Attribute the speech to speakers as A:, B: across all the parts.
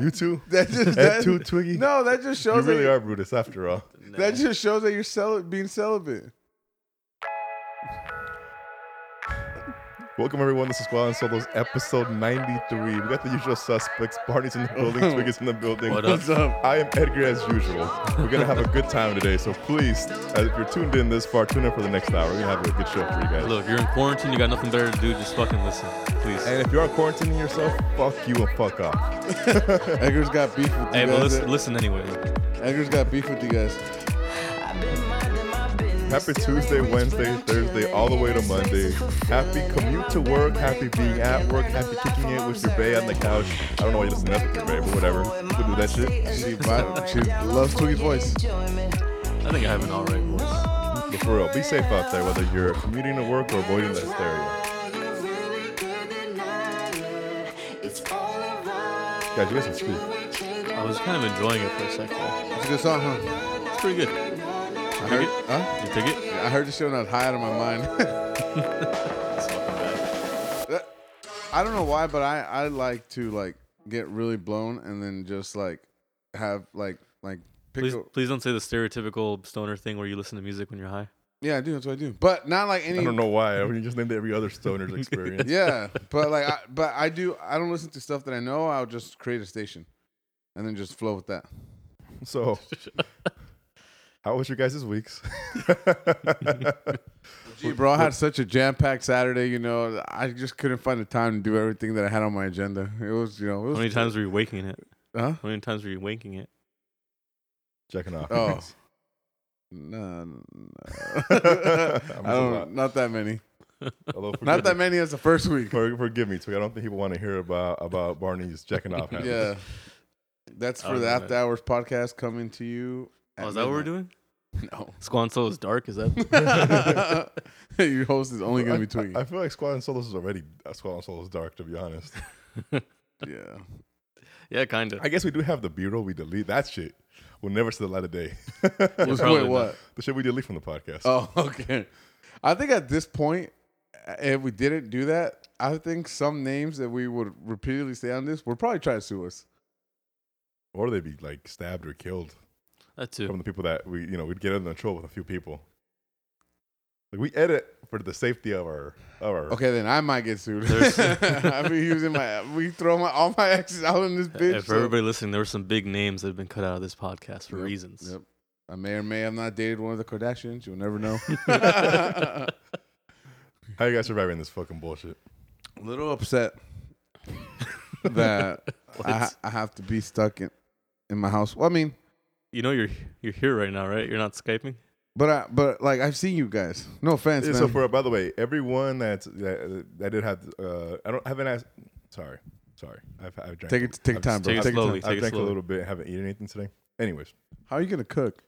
A: You too.
B: That just
A: That
B: that,
A: too, Twiggy?
B: No, that just
A: You
B: shows
A: really
B: that,
A: are Brutus after all.
B: that just shows that you're cel- being celibate.
A: Welcome everyone. This is Squad and Solos, episode 93. We got the usual suspects. Barney's in the building. Twig is in the building.
C: What up? What's
B: up?
A: I am Edgar as usual. We're gonna have a good time today. So please, uh, if you're tuned in this far, tune in for the next hour. We're gonna have a good show for you guys.
C: Look, you're in quarantine. You got nothing better to do. Just fucking listen, please.
A: And if you are quarantining yourself, fuck you and fuck off.
B: Edgar's got beef with you
C: hey,
B: guys.
C: but listen, listen anyway.
B: Edgar's got beef with you guys.
A: Happy Tuesday, Wednesday, Thursday, all the way to Monday. Happy commute to work. Happy being at work. Happy kicking it with your bae on the couch. I don't know why you listen to that with your bae, but whatever. We'll do that shit.
B: She, vi- she loves Twiggy's voice.
C: I think I have an all right voice.
A: But for real, be safe out there, whether you're commuting to work or avoiding the hysteria. Guys, you guys are screwed.
C: I was kind of enjoying it for a second. there.
B: It's a good song, huh?
C: It's pretty good.
B: I
C: You dig
B: heard,
C: it?
B: huh?
C: You dig it?
B: I heard the show and I was high out of my mind.
C: It's fucking bad.
B: I don't know why, but I, I like to like get really blown and then just like have like like
C: Please,
B: pickle.
C: please don't say the stereotypical stoner thing where you listen to music when you're high.
B: Yeah, I do. That's what I do. But not like any.
A: I don't know why. I mean, you just named every other stoner's experience.
B: yeah, but like, I, but I do. I don't listen to stuff that I know. I'll just create a station, and then just flow with that.
A: So, how was your guys' weeks?
B: Gee, bro, I had such a jam-packed Saturday. You know, I just couldn't find the time to do everything that I had on my agenda. It was, you know, it
C: How
B: was,
C: many times were you waking it?
B: Huh?
C: How many times were you waking it?
A: Checking off.
B: Oh. No, no.
A: I
B: I
A: lot.
B: don't. Not that many.
A: Although, forgive
B: Not that
A: me-
B: many as the first week.
A: for- forgive me, Twig. I don't think people want to hear about about Barney's checking off. habits.
B: Yeah, that's
C: I'll
B: for the
C: do
B: after
C: that.
B: hours podcast coming to you. at
C: Oh, is that what we're
B: midnight.
C: doing?
B: No.
C: Squanto is dark. Is that?
B: Your host is only gonna
A: I-
B: be Twiggy.
A: I, I feel like Squad and Solos is already uh, Squad and Solos dark, to be honest.
B: yeah.
C: yeah, kind of.
A: I guess we do have the B roll. We delete that shit. We'll never see the light of day.
B: Was-
C: probably
B: wait,
C: not.
B: what?
A: the shit we delete from the podcast.
B: Oh, okay. I think at this point, if we didn't do that, I think some names that we would repeatedly say on this would probably try to sue us.
A: Or they'd be like stabbed or killed
C: That
A: from
C: too.
A: the people that we, you know, we'd get under control with a few people. Like we edit for the safety of our, of our.
B: Okay, then I might get sued.
C: There's-
B: I've been using my, we throw my all my exes out in this bitch.
C: Hey, for
B: so-
C: Uh, everybody listening, there were some big names that have been cut out of this podcast for
B: Yep,
C: reasons.
B: Yep. I may or may have not dated one of the Kardashians. You'll never know.
A: How you guys surviving this fucking bullshit?
B: A little upset that I, ha- I have to be stuck in, in my house. Well, I mean,
C: You know you're you're here right now, right? You're not skyping.
B: but I, but like I've seen you guys. No offense,
A: Yeah,
B: man.
A: so for by the way, everyone that's that, that did have, uh, I don't I haven't asked. Sorry, sorry. I've, I've drank.
B: take it take
A: I've
B: time,
A: just-
B: bro.
C: Take it
B: Take
C: slowly.
B: time.
A: I've
C: it
A: drank a
C: slowly.
A: little bit. Haven't eaten anything today. Anyways,
B: How are you gonna cook?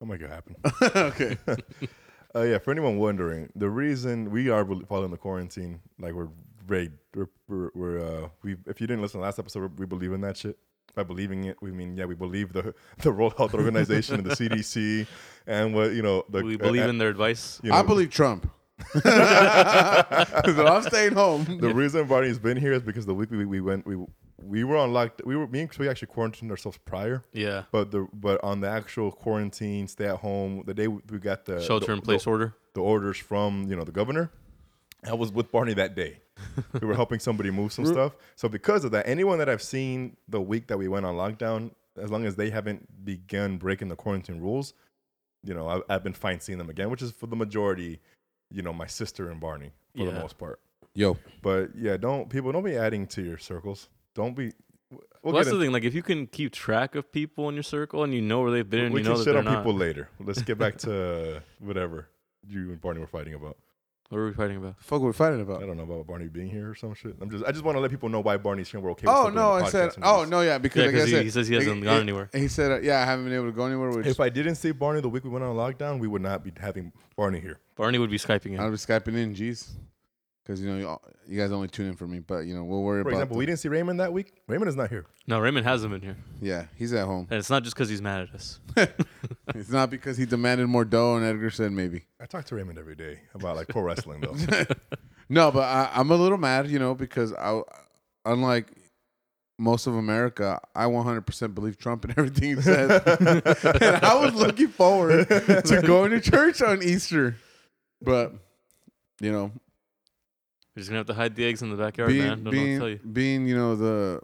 A: I'll make it happen.
B: okay.
A: Uh, yeah, for anyone wondering, the reason we are re- following the quarantine, like we're very, we're, we're, we're uh, we. If you didn't listen to last episode, we believe in that shit. By believing it, we mean yeah, we believe the the World Health Organization and the CDC and what you know. The,
C: We believe in their advice.
A: You know,
B: I believe Trump. so I'm staying home.
A: the reason Barney's been here is because the week we, we went, we we were on locked. We were me and we actually quarantined ourselves prior.
C: Yeah.
A: But the but on the actual quarantine, stay at home. The day we got the
C: Shelter
A: the-
C: in place
A: the-
C: order.
A: the orders from you know the governor. I was with Barney that day. we were helping somebody move some stuff. So because of that, anyone that I've seen the week that we went on lockdown, as long as they haven't begun breaking the quarantine rules, you know, I've, I've been fine seeing them again, which is for the majority, you know, my sister and Barney for the
C: Yeah.
A: most part.
B: Yo,
A: But yeah, don't people don't be adding to your circles. Don't be. We'll,
C: Well, that's
A: get
C: the
A: in,
C: thing. Like, if you can keep track of people in your circle and you know where they've been, and
A: we
C: you know
A: can
C: that
A: shit
C: they're
A: on
C: not.
A: people later. Let's get back to whatever you and Barney were fighting about.
C: What are we fighting about?
B: fuck, we're fighting
A: I
B: about.
A: don't know about Barney being here or some shit. I'm just I just want to let people know why Barney's here. We're okay. with
B: Oh
A: still doing
B: no,
A: the
B: I said.
A: podcast and
B: Oh
A: just-
B: no, yeah, because
C: Yeah,
B: like I
C: 'cause he-
B: said,
C: he says he
B: like,
C: hasn't
B: it-
C: gone
B: it-
C: anywhere.
B: He said, uh, "Yeah, I haven't been able to go anywhere." Which
A: If I didn't see Barney the week we went on lockdown, we would not be having Barney here.
C: Barney would be skyping
B: I'll
C: in.
B: be skyping in, jeez, because you know you, all, you guys only tune in for me, but you know we'll worry
A: For
B: about.
A: example,
B: the-
A: we didn't see Raymond that week. Raymond is not here.
C: No, Raymond hasn't been here,
B: yeah, he's at home.
C: and it's not just because he's mad at us.
B: it's not because he demanded more dough, and Edgar said maybe.
A: I talk to Raymond every day about like pro wrestling though.
B: No, but I, I'm a little mad, you know, because I, unlike most of America, I 100% believe Trump and everything he said. and I was looking forward to going to church on Easter. But, you know,
C: You're just gonna have to hide the eggs in the backyard, man.
B: being,
C: Don't know what to tell
B: being,
C: you.
B: being, you know, the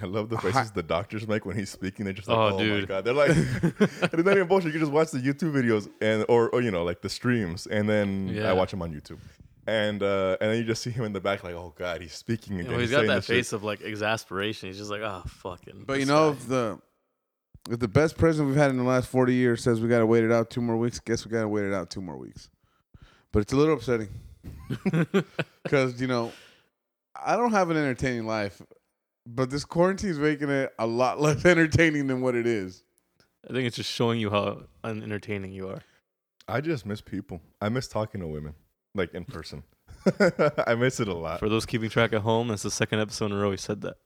A: I love the faces the doctors make when he's speaking. They're just like,
C: Oh,
A: oh, my
C: dude.
A: god. They're like, it's not even bullshit. You can just watch the YouTube videos and or, or you know like the streams, and then
C: Yeah.
A: I watch him on YouTube, and uh, and then you just see him in the back like, oh god, he's speaking again.
C: Well, he's
A: he's
C: got
A: saying
C: that
A: this shit."
C: face of like exasperation. He's just like, oh, fucking.
B: But you
C: this
B: know,
C: guy."
B: if the if the best president we've had in the last forty years says we gotta wait it out two more weeks, guess we gotta wait it out two more weeks. But it's a little upsetting because you know I don't have an entertaining life, but this quarantine's making it a lot less entertaining than what it is.
C: I think it's just showing you how unentertaining you are.
A: I just miss people. I miss talking to women like in person. I miss it a lot.
C: For those keeping track at home, that's the second episode in a row he said that.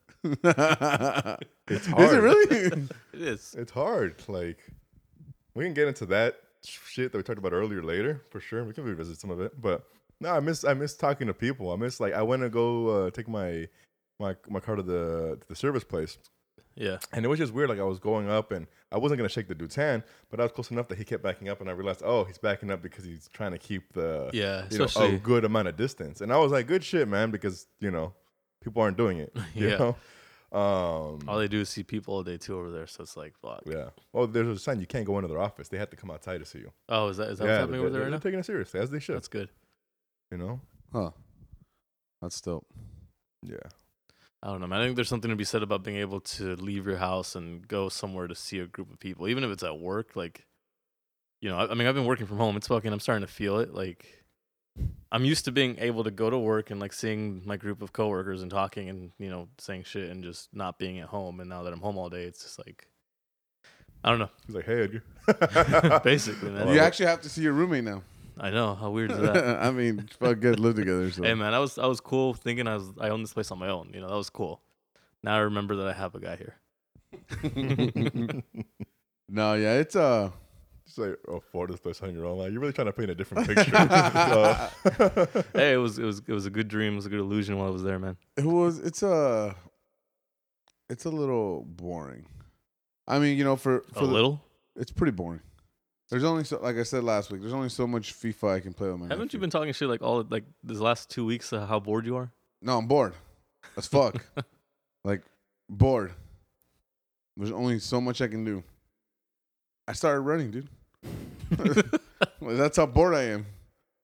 B: it's Is it
A: hard.
B: really?
C: It is.
A: It's hard. Like we can get into that shit that we talked about earlier later for sure. We can revisit some of it, but no, I miss I miss talking to people. I miss like I want to go uh, take my my my car to the to the service place,
C: Yeah.
A: and it was just weird. Like I was going up, and I wasn't gonna shake the dude's hand, but I was close enough that he kept backing up, and I realized, oh, he's backing up because he's trying to keep the
C: Yeah.
A: you know,
C: Especially.
A: a good amount of distance. And I was like, good shit, man, because you know people aren't doing it. You
C: Yeah.
A: know, um,
C: all they do is see people all day too over there, so it's like, fuck.
A: yeah. Well, there's a sign you can't go into their office. They have to come outside to see you.
C: Oh, is that is that
A: yeah,
C: what's
A: they-
C: happening over there
A: they're
C: right now?
A: taking it seriously as they should.
C: That's good.
A: you know.
B: huh. That's dope.
A: Yeah.
C: I don't know, man. I think there's something to be said about being able to leave your house and go somewhere to see a group of people, even if it's at work. Like, you know, I, I mean, I've been working from home. It's fucking. I'm starting to feel it. Like, I'm used to being able to go to work and like seeing my group of coworkers and talking and you know saying shit and just not being at home. And now that I'm home all day, it's just like, I don't know.
A: He's like, hey, Edgar.
C: Basically, man.
A: Love
B: You
A: it.
B: actually have to see your roommate now.
C: I know how weird is that.
B: I mean, fuck, good live together. So.
C: Hey man, I was I was cool thinking I was I owned this place on my own. You know that was cool. Now I remember that I have a guy here.
B: no, yeah, it's uh.
A: Just like oh, afford this place on your own. Like, you're really trying to paint a different picture. Uh,
C: hey, it was it was it was a good dream. It was a good illusion while I was there, man.
B: It was. It's a. It's a little boring. I mean, you know, for for
C: a
B: the-
C: little.
B: it's pretty boring. There's only so, like I said last week. There's only so much FIFA I can play with my.
C: Haven't you
B: nephew.
C: been talking shit like all like this last two weeks? Uh, how bored you are?
B: No, I'm bored. As fuck. like bored. There's only so much I can do. I started running, dude. Well, That's how bored I am.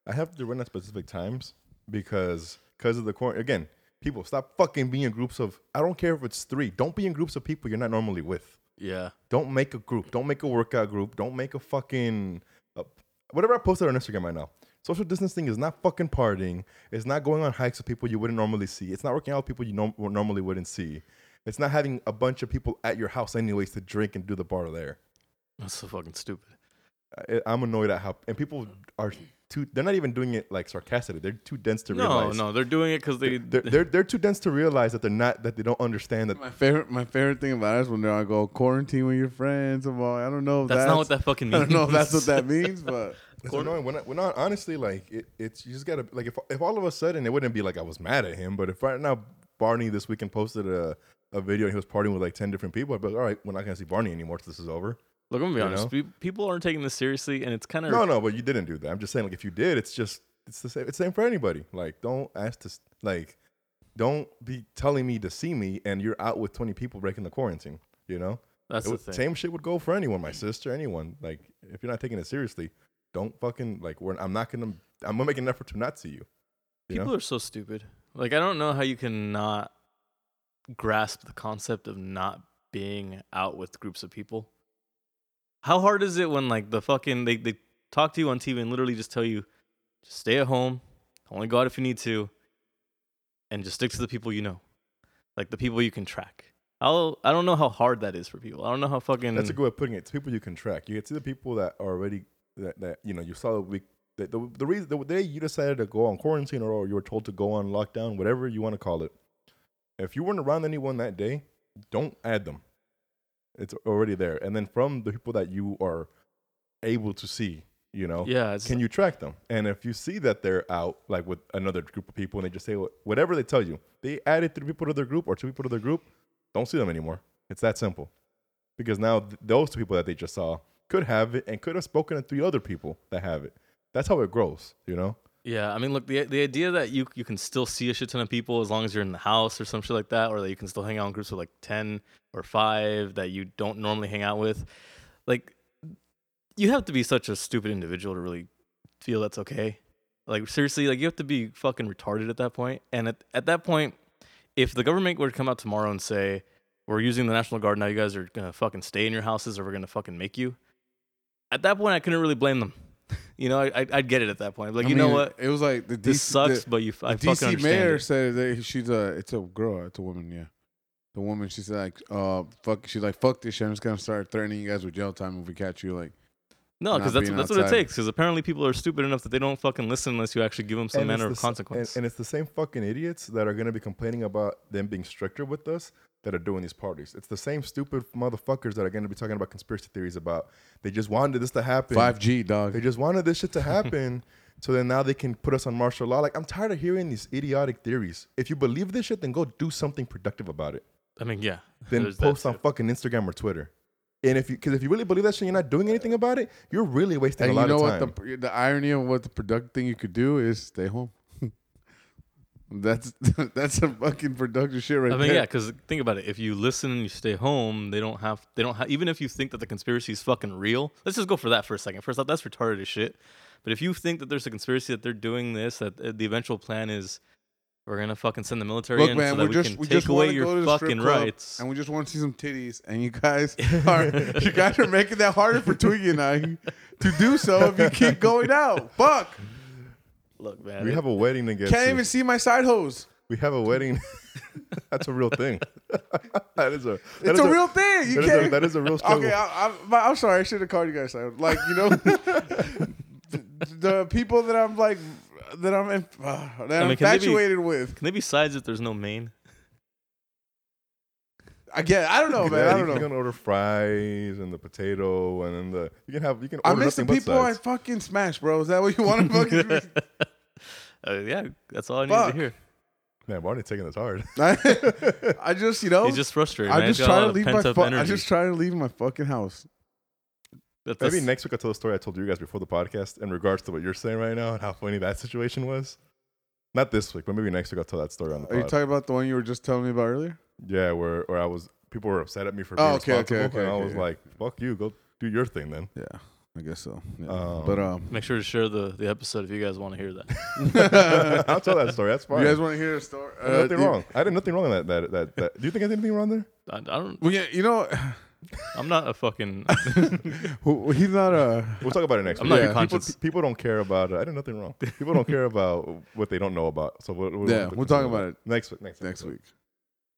A: I have to run at specific times because because of the quarantine. Again, people stop fucking being in groups of. I don't care if it's three. Don't be in groups of people you're not normally with.
C: yeah,
A: Don't make a group. Don't make a workout group. Don't make a fucking uh, whatever I posted on Instagram right now. Social distancing is not fucking partying. It's not going on hikes with people you wouldn't normally see. It's not working out with people you norm- normally wouldn't see. It's not having a bunch of people at your house anyways to drink and do the bar there.
C: that's so fucking stupid.
A: I, I'm annoyed at how and people are too. They're not even doing it like sarcastically. They're too dense to
C: No,
A: realize.
C: no, they're doing it because they.
A: They're, they're they're too dense to realize that they're not that they don't understand that
B: My favorite, my favorite thing about it is when they're all go quarantine with your friends. I'm all, I don't know. If
C: that's, not what that fucking
B: I
C: means.
B: don't know if that's what that means, but
A: It's annoying. When I, when I, honestly, like, it, it's you just gotta like if if all of a sudden it wouldn't be like I was mad at him, but if right now Barney this weekend posted a a video and he was partying with like ten different people, I'd be like, all right, we're not gonna see Barney anymore till this is over.
C: Look, I'm gonna be
A: You
C: honest.
A: know?
C: Pe- People aren't taking this seriously, and it's kind of
A: No, no, but you didn't do that. I'm just saying, like, if you did, it's just it's the same. It's the same for anybody. Like, don't ask to s- like, don't be telling me to see me and you're out with twenty people breaking the quarantine. You know,
C: that's
A: It
C: the
A: would-
C: thing.
A: same shit would go for anyone, my sister, anyone. Like, if you're not taking it seriously, don't fucking like. We're, I'm not gonna. I'm gonna make an effort to not see you. you
C: People
A: know?
C: are so stupid. Like I don't know how you can not grasp the concept of not being out with groups of people. How hard is it when like the fucking they, they talk to you on TV and literally just tell you just stay at home, only go out if you need to, and just stick to the people you know. Like the people you can track. I'll I don't know how hard that is for people. I don't know how fucking
A: That's a good way of putting it. It's people you can track. You can see the people that are already that, that you know you saw the week. The, the, the reason the day you decided to go on quarantine or you were told to go on lockdown, whatever you want to call it. If you weren't around anyone that day, don't add them. It's already there. And then from the people that you are able to see, You know,
C: Yeah, it's
A: can you track them? And if you see that they're out, like with another group of people, and they just say wh- whatever they tell you, they added three people to their group or two people to their group, don't see them anymore. It's that simple. Because now th- those two people that they just saw could have it and could have spoken to three other people that have it. That's how it grows, you know?
C: Yeah, I mean, look, the the idea that you you can still see a shit ton of people as long as you're in the house or some shit like that, or that you can still hang out in groups of like ten or five that you don't normally hang out with, like, you have to be such a stupid individual to really feel that's okay. Like seriously, like you have to be fucking retarded at that point. And at at that point, if the government were to come out tomorrow and say we're using the national guard now, you guys are gonna fucking stay in your houses or we're gonna fucking make you. At that point, I couldn't really blame them. You know, I, I'd- I'd get it at that point. Like,
B: I
C: you know
B: mean,
C: what?
B: It was like the DC,
C: this sucks,
B: The,
C: but you f- I
B: the
C: fucking
B: DC
C: understand
B: mayor
C: it.
B: said that she's a. It's a girl. It's a woman. Yeah, the woman. She's like, uh, fuck. She's like, fuck this shit. I'm just gonna start threatening you guys with jail time if we catch you. Like,
C: No, because
B: not
C: that's
B: being
C: that's what it
B: outside.
C: takes. Because apparently people are stupid enough that they don't fucking listen unless you actually give them some
A: And it's
C: manner
A: the
C: of
A: s-
C: consequence.
A: And, and it's the same fucking idiots that are going to be complaining about them being stricter with us that are doing these parties. It's the same stupid motherfuckers that are going to be talking about conspiracy theories about they just wanted this to happen.
B: five G dog.
A: They just wanted this shit to happen. so then now they can put us on martial law. Like, I'm tired of hearing these idiotic theories. If you believe this shit, then go do something productive about it.
C: I mean, yeah.
A: Then
C: there's that
A: post on
C: too.
A: fucking Instagram or Twitter. And if you, because if you really believe that shit, and you're not doing anything about it. You're really wasting
B: And
A: a lot
B: you know
A: of
B: what
A: time.
B: the the irony of what the productive thing you could do is stay home. that's that's some fucking productive shit right
C: I mean,
B: there.
C: yeah. Because think about it. If you listen and you stay home, they don't have. They don't have. Even if you think that the conspiracy is fucking real, let's just go for that for a second. First off, that's retarded as shit. But if you think that there's a conspiracy that they're doing this, that uh, the eventual plan is we're gonna fucking send the military
B: Look,
C: in
B: man,
C: so that
B: we're
C: we
B: just
C: can
B: we
C: take
B: just
C: away
B: wanna go to
C: your
B: the strip
C: fucking
B: club,
C: rights.
B: and we just want to see some titties. And you guys are you guys are making that harder for Twiggy and I to do so if you keep going out. Fuck,
C: Look, man.
A: we
C: it-
A: have a wedding to get
B: can't
A: to.
B: even see my side hose.
A: We have a wedding. That's a real thing. that is a. that is
B: It's a, real thing. You
A: that is a-
B: can't.
A: that is a real struggle.
B: Okay, I, I, but I'm sorry. I should have called you guys. out. Like you know, the, the people that I'm like that I'm in, uh, that
C: I
B: I'm
C: mean, can they be-
B: infatuated with.
C: can they be sides if there's no main?
B: I get. I don't know, man.
A: Yeah,
B: I
A: you
B: don't
A: can
B: know.
A: order fries and the potato and then the you can have you can.
B: I
A: Order
B: miss the
A: nothing but
B: people I
A: sides.
B: fucking smash, bro. Is that what you want to fucking?
C: Uh, yeah, that's all I
B: Fuck.
C: need to hear.
A: Man, we're already taking this hard.
B: I, I just, you know,
C: He's just frustrated.
B: Oh, I
C: man. He's
B: just
C: got a
B: try
C: lot
B: to
C: of
B: leave my.
C: pent-up
B: Fu- I
C: energy.
B: just try to leave my fucking house.
C: That-
A: Maybe
C: that's-
A: next week I'll tell the story I told you guys before the podcast in regards to what you're saying right now and how funny that situation was. Not this week, but maybe next week I'll tell that story on the
B: Are you
A: podcast.
B: talking about the one you were just telling me about earlier?
A: yeah, where where I was people were upset at me for
B: Oh,
A: being
B: okay, okay,
A: responsible,
B: okay,
A: and I
B: okay,
A: was
B: yeah.
A: like, "Fuck you, go do your thing then."
B: Yeah, I guess so. Yeah.
A: Um,
B: but um,
C: Make sure to share the, the episode if you guys want to hear that.
A: I'll tell that story. That's
B: uh, you
A: fine.
B: guys want to hear a story? Uh,
A: I did nothing
B: you-
A: wrong. I did nothing wrong in that, that that that. Do you think I did anything wrong there?
C: I, I don't.
B: Well, yeah, you know,
C: I'm not a fucking.
B: who- he's not uh, a.
A: We'll talk about it next.
C: I'm
A: week.
C: not
B: your
A: People-
C: conscience.
A: People, don't care about. uh, I did nothing wrong. People don't care about what they don't know about. So we'll, we'll
B: Yeah, we'll talk about it
A: next week. Next
B: next
A: episode.
B: week.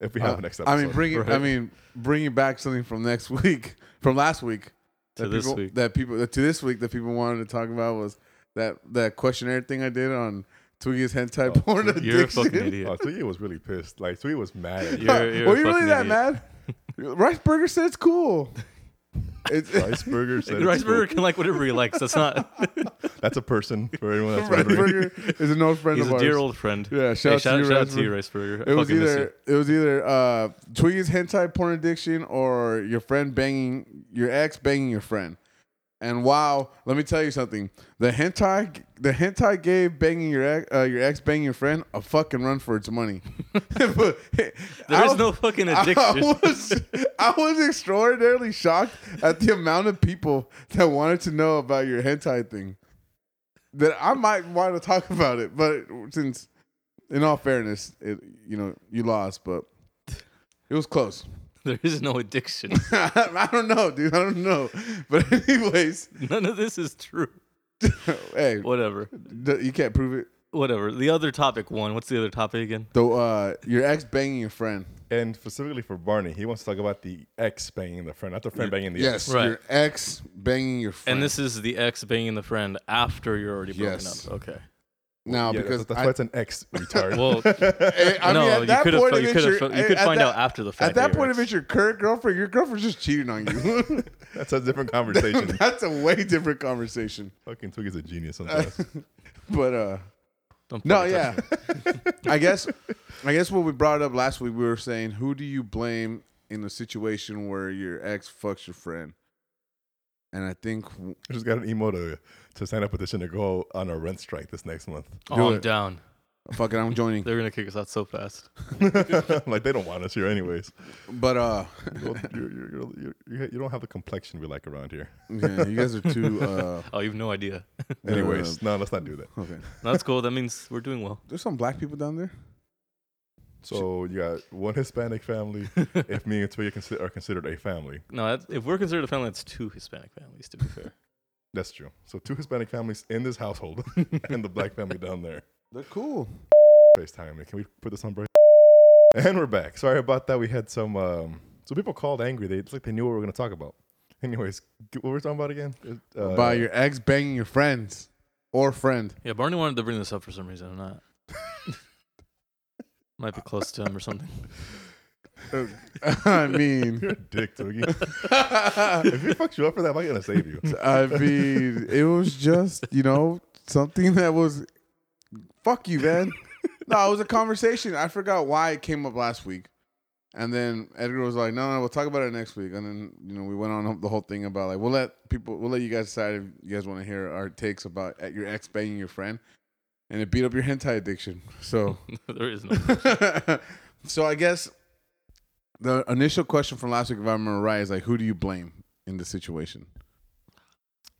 A: if we have
B: Uh,
A: a next
B: I
A: episode.
B: mean, bringing. I
A: right?
B: mean, bringing back something from next week, from last week
C: To
B: that
C: this
B: people,
C: week.
B: that people that to this week that people wanted to talk about was that that questionnaire thing I did on Twiggy's hentai
A: Oh,
B: porn addiction.
C: You're a fucking idiot.
A: Oh, Tui was really pissed. Like Tui was mad. At you.
C: You're, you're
B: Were
C: a
B: you really
C: fucking
B: that
C: idiot.
B: mad? Rice Burger said it's cool. It's,
A: Riceberger said it's
C: Rice Burger
A: cool.
C: can like whatever he likes. That's not.
A: That's a person for anyone that's
B: Rice
A: wondering.
B: Burger is an old friend
C: He's
B: of
C: a
B: ours.
C: dear old friend.
B: Yeah, shout
C: Hey,
B: out to you,
C: shout, shout out
B: Rice
C: to you, Rice Burger. I
B: it was
C: fucking miss you.
B: either it was either uh, Twiggy's hentai porn addiction or your friend banging your ex banging your friend. And wow, let me tell you something. The hentai the hentai gave banging your ex, uh, your ex banging your friend a fucking run for its money. there
C: There is no fucking addiction.
B: I was, I was extraordinarily shocked at the amount of people that wanted to know about your hentai thing. That I might want to talk about it, but since, in all fairness, it, you know you lost, but it was close.
C: there is no addiction.
B: I don't know, dude. I don't know. But anyways,
C: None of this is true.
B: hey,
C: Whatever.
B: d- you can't prove it.
C: Whatever. The other topic one. What's the other topic again?
B: Though uh, your ex banging your friend.
A: And specifically for Barney, he wants to talk about the ex banging the friend, not the friend banging the ex.
B: Yes,
C: Right.
B: your ex banging your friend.
C: And this is the ex banging the friend after you're already broken
B: Yes.
C: up. Okay.
B: now
A: yeah,
B: because
A: that's, that's
B: I-
A: why it's an X retard.
C: Well,
B: I, I
C: no,
B: mean, at
C: you
B: that
C: could
B: point
C: have.
B: of
C: You
B: it,
C: could
B: you're-
C: have. You
B: at
C: could find
B: that-
C: out after the fact.
B: At that
C: you're
B: point, if
C: ex.
B: it's your current girlfriend, your girlfriend's just cheating on you.
A: that's a different conversation.
B: That's a way different conversation.
A: Fucking Twig is a genius. Sometimes.
B: But uh
C: Don't
B: no,
C: fucking touch
B: yeah.
C: me.
B: I guess I guess what we brought up last week we were saying who do you blame in a situation where your ex fucks your friend? And I think w-
A: I just got an email to to sign up petition to go on a rent strike this next month.
C: Oh,
B: Do
C: I'm
B: it.
C: down.
B: fucking I'm joining.
C: They're gonna kick us out so fast.
A: like they don't want us here anyways.
B: But uh
A: Well, you're, you're, you're, you're, you you don't have the complexion we like around here.
B: yeah, you guys are too uh
C: Oh, you've no idea.
A: Anyways, no, let's not do that.
B: okay.
C: No, That's cool. That means we're doing well.
B: There's some black people down there?
A: So you got one Hispanic family. if me and Twig are, consi- are considered a family,
C: No, that, if we're considered a family, that's two Hispanic families. To be fair,
A: that's true. So two Hispanic families in this household and the black family down there.
B: They're cool.
A: FaceTime me. Can we put this on break? And we're back. Sorry about that. We had some. Um, so people called angry. They it's like they knew what we were going to talk about. Anyways, g- what were we talking about again? Uh,
B: By your ex banging your friends or friend.
C: yeah. Barney wanted to bring this up for some reason. I'm not. Might be close to him or something.
A: uh,
B: I mean
A: You're a dick, Twiggy. if he fucks you up for that, I'm not gonna save you.
B: I mean, it was just, you know, something that was fuck you, man. No, it was a conversation. I forgot why it came up last week. And then Edgar was like, no, no, we'll talk about it next week. And then, you know, we went on the whole thing about like, we'll let people, we'll let you guys decide if you guys want to hear our takes about at your ex banging your friend. And it beat up your hentai addiction. So
C: there is no.
B: so I guess the initial question from last week, if I remember right, is like, who do you blame in the situation?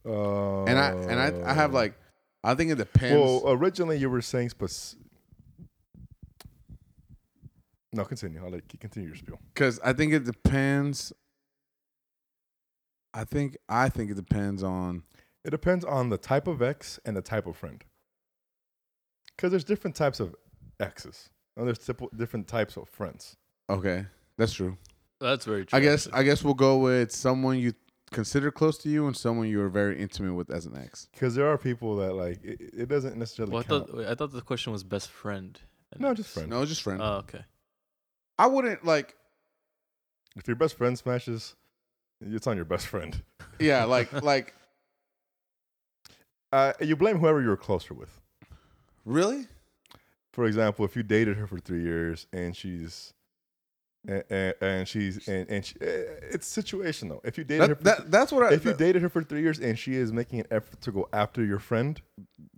A: Uh,
B: And I and I, I have like, I think it depends.
A: Well, originally you were saying spec. No, continue. I'll let you continue your spiel.
B: Because I think it depends. I think I think it depends on
A: It depends on the type of ex and the type of friend. Because there's different types of exes, and there's typ- different types of friends.
B: okay. That's true.
C: That's very true.
B: I guess
C: actually.
B: I guess we'll go with someone you consider close to you and someone you are very intimate with as an ex.
A: Because there are people that like it, it doesn't necessarily
C: Well, I
A: count.
C: thought wait, I thought the question was best friend.
A: No, just friend.
B: No, just friend.
C: Oh, okay.
B: I wouldn't like
A: If your best friend smashes, it's on your best friend.
B: yeah, like like
A: Uh, you blame whoever you were closer with.
B: really?
A: for example, if you dated her for three years and she's and, and, and she's and, and she, eh, it's situational. If you dated her
B: That,
A: for,
B: that that's what I
A: if you dated her for three years and she is making an effort to go after your friend,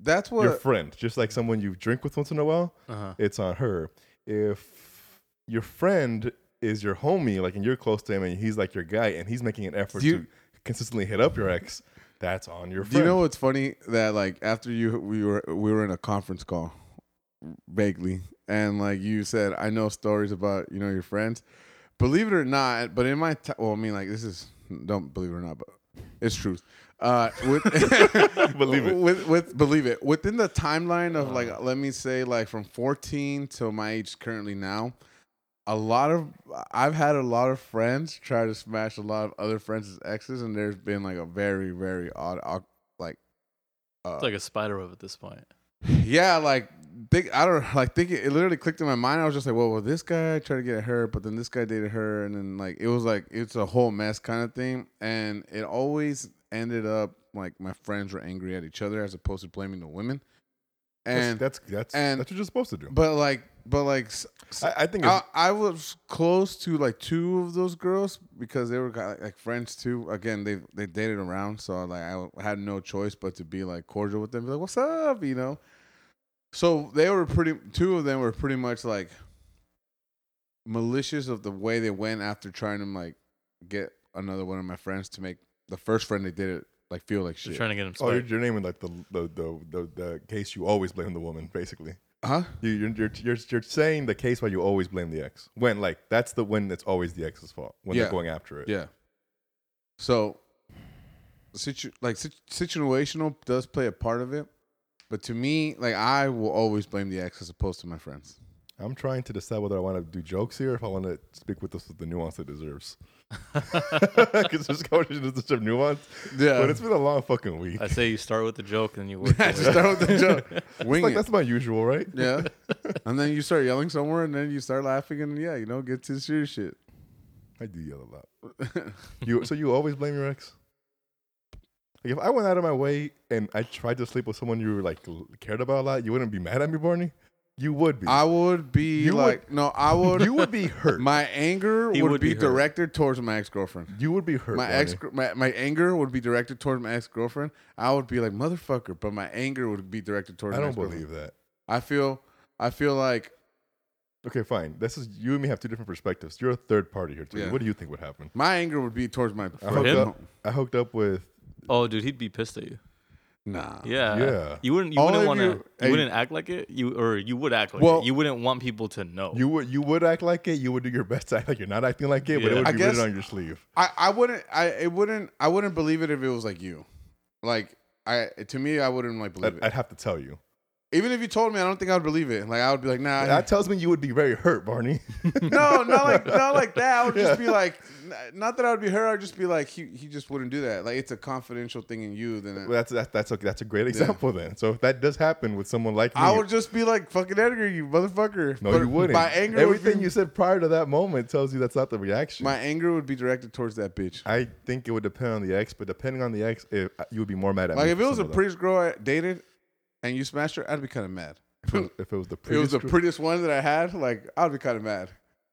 B: that's
A: your
B: what
A: friend, just like someone you drink with once in a while,
C: Uh huh.
A: it's on her. If your friend is your homie, like and you're close to him and he's like your guy and he's making an effort
B: Do you-
A: to consistently hit up your ex, that's on your friend.
B: Do you know what's funny? That like after you we were we were in a conference call vaguely, and like you said, I know stories about you know your friends. Believe it or not, but in my t- well, I mean like this is don't believe it or not, but it's truth. Uh, with
A: Believe it. Uh-huh.
B: with with believe it within the timeline of like let me say like from 14 to my age currently now. A lot of I've had a lot of friends try to smash a lot of other friends' exes, and there's been like a very, very odd, awk- like uh,
C: It's like a spider web at this point.
B: yeah, like think I don't like think it, it literally clicked in my mind. I was just like, well, well, this guy tried to get at her, but then this guy dated her, and then like it was like it's a whole mess kind of thing, and it always ended up like my friends were angry at each other as opposed to blaming the women, and
A: that's that's that's,
B: and-
A: that's what you're supposed to do.
B: but like but like s- s-
A: I, I think it's-
B: I, I was close to like two of those girls because they were ki- like, like friends too. Again, they they dated around, so like I had no choice but to be like cordial with them, be like, "What's up?" You know. So they were pretty. Two of them were pretty much like malicious of the way they went after trying to like get another one of my friends to make the first friend they did it like feel like
C: Just
B: shit.
C: trying to get him.
A: Oh, you're,
C: Spider.
A: you're naming like the the, the the the case you always blame the woman, basically.
B: huh?
A: You, you're, you're you're you're saying the case where you always blame the ex. When like that's the when it's always the ex's fault when
B: Yeah.
A: they're going after it.
B: Yeah. So, situ- like sit- situational does play a part of it, but to me, like I will always blame the ex as opposed to my friends.
A: I'm trying to decide whether I want to do jokes here, or if I want to speak with this with the nuance it deserves. Because this conversation doesn't deserve nuance.
B: Yeah.
A: But it's been a long fucking week.
C: I say you start with the joke and you work. your
B: I just
C: way.
B: start with the joke.
A: It's
B: Wing
A: like
B: it.
A: that's my usual, right?
B: Yeah. and then you start yelling somewhere and then you start laughing and yeah, you know, get to the serious shit.
A: I do yell a lot. You so you always blame your ex. Like if I went out of my way and I tried to sleep with someone you like l- cared about a lot, you wouldn't be mad at me, Barney. You would be.
B: I would be
A: You would-
B: like no, I would
A: you would be hurt.
B: my anger
C: He
B: would,
C: would
B: be,
C: be hurt.
B: directed towards my ex girlfriend.
A: you would be hurt.
B: My
A: Barney.
B: ex my, my anger would be directed towards my ex girlfriend. I would be like, motherfucker, but my anger would be directed towards
A: I
B: my
A: don't
B: ex-girlfriend.
A: believe that.
B: I feel I feel like
A: Okay, fine. This is you and me have two different perspectives. You're a third party here too.
B: Yeah.
A: What do you think would happen?
B: my anger would be towards my
A: I hooked
C: him?
A: up. I hooked up with
C: Oh, dude, he'd be pissed at you.
B: Nah.
C: Yeah.
A: Yeah.
C: You wouldn't. You
B: Uh, All
C: wouldn't
B: of
C: want to.
B: you-
C: You, wouldn't act like it. You or you would act like
B: Well-
C: it. You wouldn't want people to know.
A: you would you would act like it. You would do your best to act like you're not acting like it, but it
C: Yeah.
A: would
B: I
A: be
B: guess-
A: written on your sleeve.
B: I, I wouldn't I it wouldn't I wouldn't believe it if it was like you. Like I to me I wouldn't like believe
A: I'd,
B: it.
A: I'd have to tell you.
B: Even if you told me, I don't think I would believe it. Like I would be like, nah,
A: That tells me you would be very hurt, Barney.
B: no, not like not like that. I would just be like, n- not that I would be hurt. I'd just be like, he he just wouldn't do that. Like it's a confidential thing in you. Then
A: Well,
B: it-
A: That's that's that's a, that's a great example then. So if that does happen with someone like me,
B: I would just be like, fucking Edgar, you motherfucker.
A: no,
B: But
A: you wouldn't.
B: My anger,
A: Everything
B: would be,
A: you said prior to that moment tells you that's not the reaction.
B: my anger would be directed towards that bitch.
A: I think it would depend on the ex, but depending on the ex, it, you would be more mad at
B: Like
A: me.
B: if
A: for
B: it was
A: some
B: the
A: of them.
B: prettiest girl I dated, and you smashed her, I'd be kind of mad.
A: if it was, if it was the
B: If it was
A: prettiest,
B: the prettiest one that I had, like I'd be kind of mad,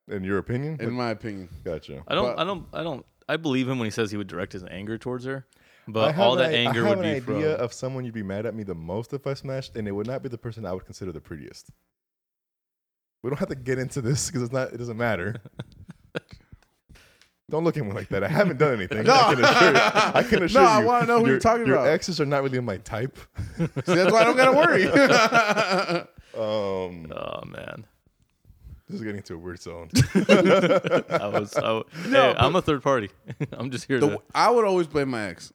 A: girl- in your opinion,
B: in my opinion.
A: gotcha.
C: I don't.
B: but-
C: I don't. I don't. I believe him when he says he would direct his anger towards her.
A: I
C: But
A: have
C: all
A: an
C: that
A: i-
C: anger
A: I have
C: would be
A: an
C: from.
A: idea of someone you'd be mad at me the most if I smashed, and it would not be the person I would consider the prettiest. We don't have to get into this because it's not. It doesn't matter. don't look at me like that. I haven't done anything.
B: No.
A: I can assure you. I can
B: No,
A: assure
B: I
A: you,
B: wanna know who you're
A: your-
B: talking about.
A: Your exes are not really my type.
B: See, that's why I don't gotta worry.
A: Um,
C: oh man,
A: this is getting into a weird zone.
C: I was. I, w-
B: No,
C: hey, I'm a third party. I'm just here
B: the,
C: to.
B: I would always blame my ex,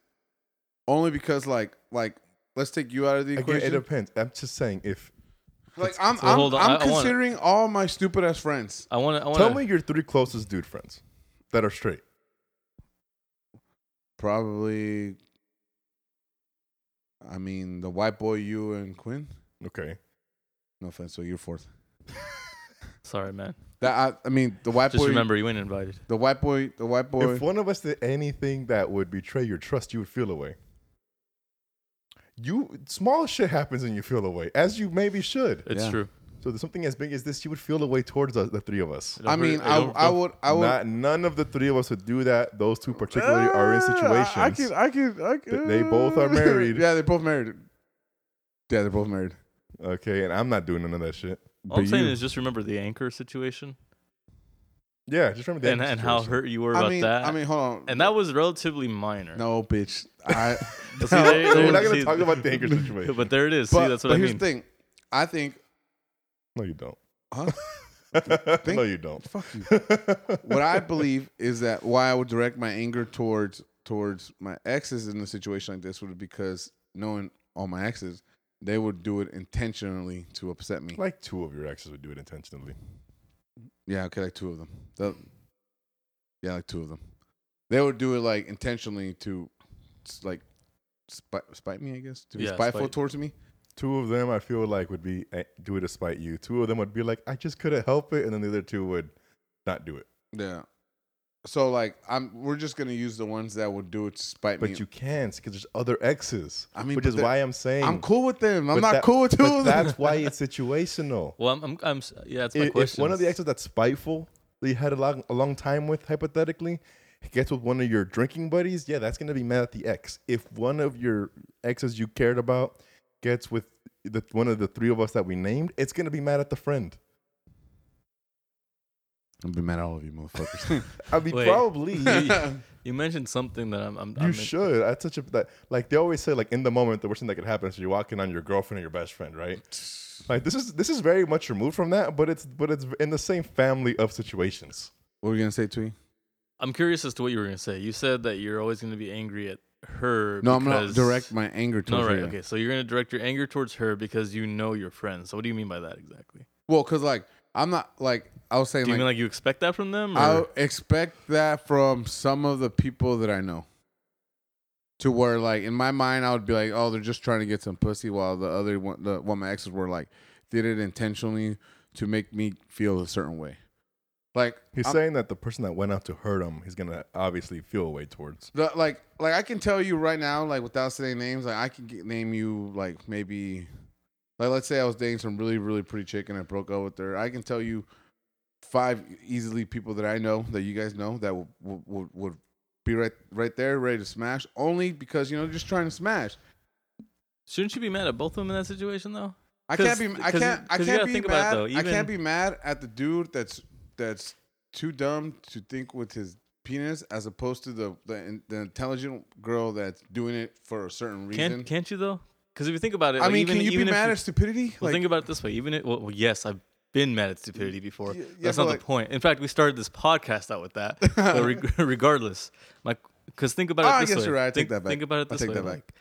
B: only because like like let's take you out of the
A: Again, it
B: equation.
A: depends. I'm just saying if.
B: like I'm
C: So
B: I'm,
C: hold on, I- I
B: I'm
C: wanna-
B: considering all my stupid ass friends.
C: I want to. I want
A: Tell me your three closest dude friends that are straight.
B: Probably, I mean the white boy, you and Quinn.
A: Okay.
B: No offense, so you're fourth.
C: Sorry, man.
B: That I, I mean the white
C: Just
B: boy,
C: remember, you ain't invited.
B: the white boy, the white boy.
A: If one of us did anything that would betray your trust, you would feel away. You small shit happens and you feel away, as you maybe should.
C: It's
B: Yeah.
C: true.
A: So there's something as big as this, you would feel away towards us, the three of us.
C: It'll
B: I
C: hurt-
B: mean, I,
C: it'll-
B: I would I would.
A: Not none of the three of us would do that. Those two particularly are in
B: Uh,
A: situations.
B: I, I could I could I could.
A: They both are married.
B: yeah, they're both married. Yeah, they're both married.
A: okay, and I'm not doing none of that shit.
C: All I'm
B: But
C: saying
B: you-
C: is just remember the anchor situation
A: Yeah, just remember that.
C: and, and how hurt you were
B: I
C: about
B: mean,
C: that.
B: I mean, hold on.
C: and that was relatively minor.
B: No, bitch. I.
C: But see, there-
A: We're
C: there-
A: not gonna
C: see-
A: talk about the anchor situation.
C: But there it is.
B: but
C: see, that's what
B: but
C: I
B: here's
C: mean.
B: the thing. I think.
A: No, you don't.
B: Huh?
A: no, you don't.
B: Fuck you. what I believe is that why I would direct my anger towards towards my exes in a situation like this would be because knowing all my exes, they would do it intentionally to upset me.
A: Like two of your exes would do it intentionally.
B: Yeah, okay, like two of them. The- yeah, like two of them. They would do it like intentionally to, s- like, spite, spite me. I guess to be
C: Yeah,
B: spiteful
C: spite.
B: towards me.
A: Two of them I feel like would be eh, do it to spite you. Two of them would be like, I just couldn't help it, and then the other two would not do it.
B: Yeah. So like I'm we're just gonna use the ones that would do it to spite
A: But
B: me.
A: you can't because there's other exes.
B: I mean,
A: which
B: but
A: is
B: the-
A: why I'm saying
B: I'm cool with them. I'm
A: but
B: not
A: that-
B: cool with two
A: But
B: of them.
A: that's why it's situational.
C: Well, I'm, I'm, I'm s- yeah, that's my
A: if, if
C: question.
A: one of the exes that's spiteful that you had a long, a long time with, hypothetically, gets with one of your drinking buddies, yeah, that's gonna be mad at the ex. If one of your exes you cared about gets with the one of the three of us that we named, it's gonna be mad at the friend.
B: I'm be mad at all of you motherfuckers.
A: I mean,
C: Wait.
A: probably.
C: you, you mentioned something that I'm. I'm
A: You
C: I'm
A: should. That's such a that, like they always say like in the moment the worst thing that could happen is you're walking on your girlfriend or your best friend, right? Like this is this is very much removed from that, but it's but it's in the same family of situations.
B: what were you gonna say, Twee?
C: I'm curious as to what you were gonna say. You said that you're always gonna be angry at her.
B: No, I'm gonna
C: because-
B: direct my anger towards
C: No, right.
B: you.
C: Okay, so you're gonna direct your anger towards her because you know your friends. So what do you mean by that exactly?
B: Well, cause like I'm not like I was saying
C: Do you
B: like,
C: mean like you expect that from them? Or?
B: I expect that from some of the people that I know. To where like in my mind I would be like, oh, they're just trying to get some pussy, while the other one, the one of my exes were like, did it intentionally to make me feel a certain way. Like
A: He's
B: I'm-
A: saying that the person that went out to hurt him, he's gonna obviously feel a way towards.
B: The, like, like I can tell you right now, like without saying names, like I can get, name you like maybe, like let's say I was dating some really really pretty chick and I broke up with her. I can tell you five easily people that I know that you guys know that would would- would would be right right there ready to smash only because you know just trying to smash.
C: Shouldn't you be mad at both of them in that situation though?
B: I
C: 'Cause-
B: can't be I
C: 'cause-
B: can't I
C: 'cause you
B: can't
C: gotta
B: be
C: think about it,
B: mad
C: though,
B: I
C: even-
B: can't be mad at the dude that's that's too dumb to think with his penis as opposed to the the, the intelligent girl that's doing it for a certain reason.
C: Can't can't you though? Because if you think about it,
B: I
C: like,
B: mean,
C: even,
B: can you be
C: even if
B: mad at stupidity?
C: Well,
B: Like,
C: think about it this way. Even it, well, well, yes, I've been mad at stupidity before.
B: yeah,
C: That's
B: but
C: not
B: like-
C: the point. In fact, we started this podcast out with that. but reg- regardless, like, because think about it
B: Ah, I
C: this
B: guess
C: way.
B: you're right. I take
C: think,
B: that back.
C: Think about it
B: I
C: this
B: take
C: way.
B: that back.
C: like,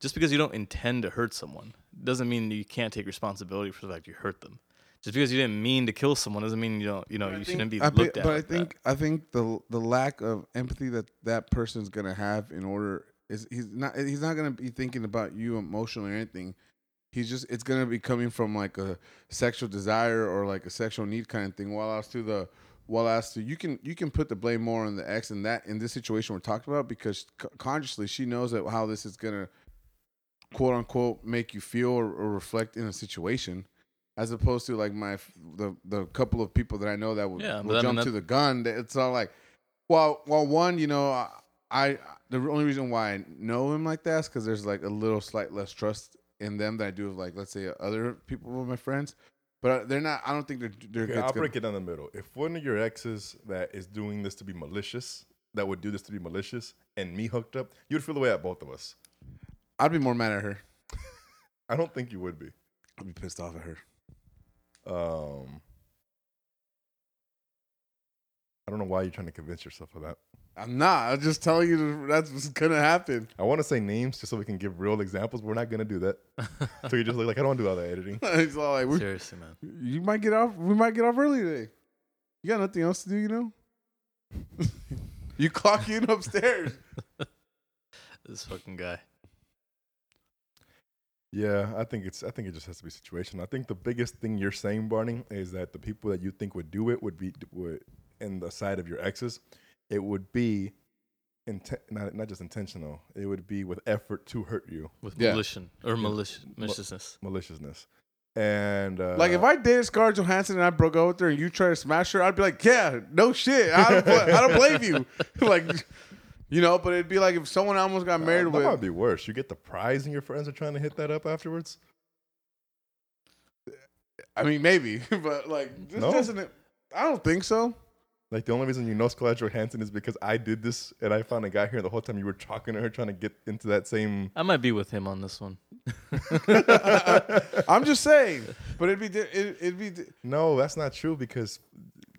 C: just because you don't intend to hurt someone doesn't mean you can't take responsibility for the fact you hurt them. Just because you didn't mean to kill someone doesn't mean you don't. You know, you shouldn't be
B: I
C: looked
B: thi-
C: at.
B: but I
C: like that.
B: think I think the the lack of empathy that that person's gonna have in order is he's not he's not gonna be thinking about you emotionally or anything. He's just it's gonna be coming from like a sexual desire or like a sexual need kind of thing. While as to the while as to you can you can put the blame more on the ex and that in this situation we're talking about because c- consciously she knows that how this is gonna quote unquote make you feel or, or reflect in a situation as opposed to like my f- the the couple of people that I know that will,
C: Yeah,
B: will
C: but I mean,
B: jump
C: that-
B: to the gun. that It's all like, well, well, one, you know, I, I the only reason why I know him like that is because there's like a little slight less trust in them that I do with like let's say other people with my friends, but they're not. I don't think they're they're
A: Okay,
B: it's
A: I'll
B: gonna-
A: break it down the middle. If one of your exes that is doing this to be malicious, that would do this to be malicious, and me hooked up, you'd feel the way at both of us.
B: I'd be more mad at her.
A: I don't think you would be.
B: I'd be pissed off at her.
A: Um, I don't know why you're trying to convince yourself of that.
B: I'm not. I'm just telling you that's what's gonna happen.
A: I want to say names just so we can give real examples. We're not gonna do that. so you just look like I don't want to do all that editing.
B: it's all like we,
C: seriously, man.
B: you might get off. We might get off early today. You got nothing else to do, you know. you clock in upstairs.
C: This fucking guy.
A: Yeah, I think it's. I think it just has to be situational. I think the biggest thing you're saying, Barney, is that the people that you think would do it would be would, in the side of your exes. It would be, inten- not not just intentional. It would be with effort to hurt you,
C: With
B: Yeah.
C: malicious or malicious, maliciousness.
A: maliciousness, and uh,
B: Like if I dated Scarlett Johansson and I broke out with her and you try to smash her, I'd be like, yeah, no shit. I don't, bl- I don't blame you. like, you know. But it'd be like if someone I almost got
A: Uh,
B: married
A: that
B: with.
A: might be worse. You get the prize, and your friends are trying to hit that up afterwards.
B: I mean, maybe, but like, this
A: No?
B: doesn't. I don't think so.
A: Like the only reason you know Scarlett Johansson is because I did this, and I found a guy here the whole time you were talking to her, trying to get into that same.
C: I might be with him on this one.
B: I'm just saying. But it'd be di- it, it'd be di-
A: No, that's not true because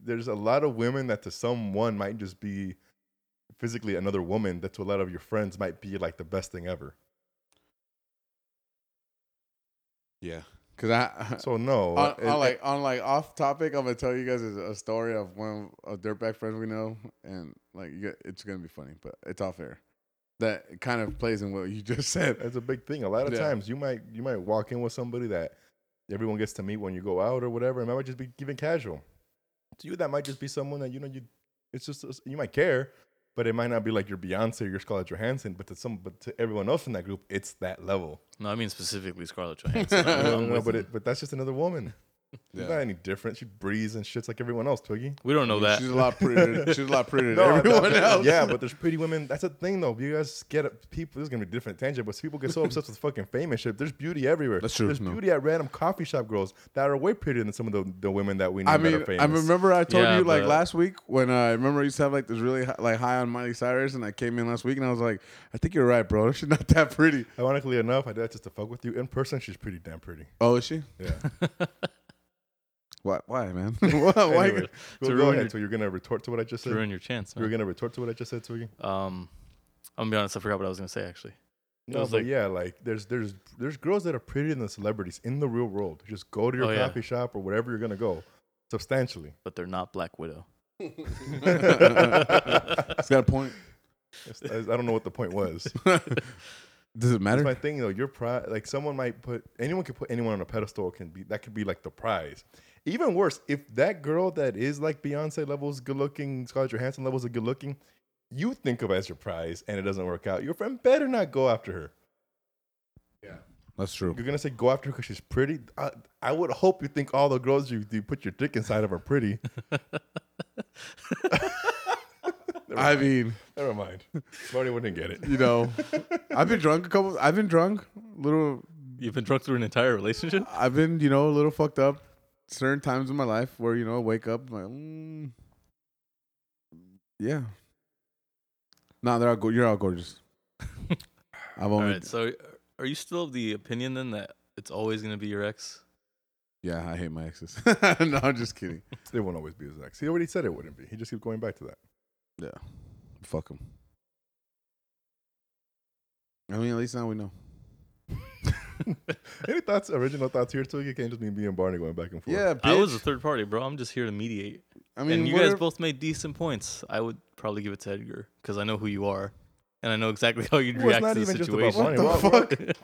A: there's a lot of women that to someone might just be physically another woman that to a lot of your friends might be like the best thing ever.
B: yeah. Cause Uh, I
A: So no,
B: on,
A: it-
B: on
A: it-
B: like on like off topic, I'm gonna tell you guys a a story of one of a dirtbag friend we know, and like you get- it's gonna be funny, but it's off air. That kind of plays in what you just said.
A: it's a big thing. A lot of
B: Yeah.
A: times you might you might walk in with somebody that everyone gets to meet when you go out or whatever, and that might just be even casual. To you, that might just be someone that you know you. It's just you might care, but it might not be like your Beyonce or your Scarlett Johansson. But to some, but to everyone else in that group, it's that level.
C: No, I mean specifically Scarlett Johansson. I'm-
A: No,
C: I'm
A: no,
C: with
A: but
C: him.
A: it, but that's just another woman. She's not any different. She breathes and shits like everyone else, Twiggy.
C: we don't know that.
B: She's a lot prettier. She's a lot prettier than
A: No,
B: everyone
A: that-
B: else.
A: Yeah, but there's pretty women. That's a thing though. You guys get up, people. This is gonna be a different tangent, but people get so obsessed with fucking fame and shit. There's beauty everywhere.
B: That's true,
A: There's
B: no.
A: beauty at random coffee shop girls that are way prettier than some of the, the women that we know
B: I
A: that
B: mean,
A: are famous.
B: I remember I told
C: Yeah,
B: you like
C: but-
B: last week when uh, I remember I used to have like this really high, like high on Miley Cyrus, and I came in last week and I was like, I think you're right, bro. She's not that pretty.
A: Ironically enough, I did that just to fuck with you. In person, she's pretty damn pretty.
B: Oh, is she?
A: Yeah.
B: Why? Why, man? why?
A: Anyway,
C: To
A: go, go
C: ruin
A: ahead.
C: your-
A: So you're gonna retort to what I just
C: to
A: said.
C: ruin your chance,
A: You're
C: man.
A: gonna retort to what I just said, Twiggy.
C: Um, I'm gonna be honest, I forgot what I was gonna say actually.
A: No,
C: was
A: but
C: like-
A: yeah, like there's there's there's girls that are prettier than celebrities in the real world. Just go to your
C: Oh, yeah.
A: coffee shop or wherever you're gonna go. substantially.
C: but they're not Black Widow.
B: It's got a point.
A: It's- I don't know what the point was.
B: Does it
A: That's my
B: matter?
A: thing though. Your pride, like someone might put anyone can put anyone on a pedestal. Can be that could be like the prize. Even worse, if that girl that is like Beyonce levels good looking, Scarlett Johansson levels of good looking, you think of as your prize and it doesn't work out, your friend better not go after her.
B: That's true.
A: You're gonna say go after her because she's pretty. I, I would hope you think all the girls you, you put your dick inside of are pretty.
B: I mean,
A: Never mind. Marty wouldn't get it.
B: you know, I've been drunk a couple. I've been drunk, little.
C: You've been drunk through an entire relationship.
B: I've been, you know, a little fucked up. Certain times in my life where you know, I wake up like, mm, yeah. Nah, they're all go- you're all gorgeous. I've
C: All
B: only,
C: right. So, are you still of the opinion then that it's always gonna be your ex?
B: yeah, I hate my exes. no, I'm just kidding.
A: It won't always be his ex. He already said it wouldn't be. He just keeps going back to that.
B: Yeah, fuck them. I mean, at least now we know.
A: Any thoughts, original thoughts here too? You can't just be me and Barney going back and forth.
B: Yeah,
C: I was
B: bitch.
C: a third party, bro. I'm just here to mediate.
B: I mean,
C: and you
B: what
C: guys
B: if-
C: both made decent points. I would probably give it to Edgar because I know who you are, and I know exactly how you'd
A: Well, it's
C: react
A: not
C: to the
A: even just
C: situation.
A: about money.
B: What the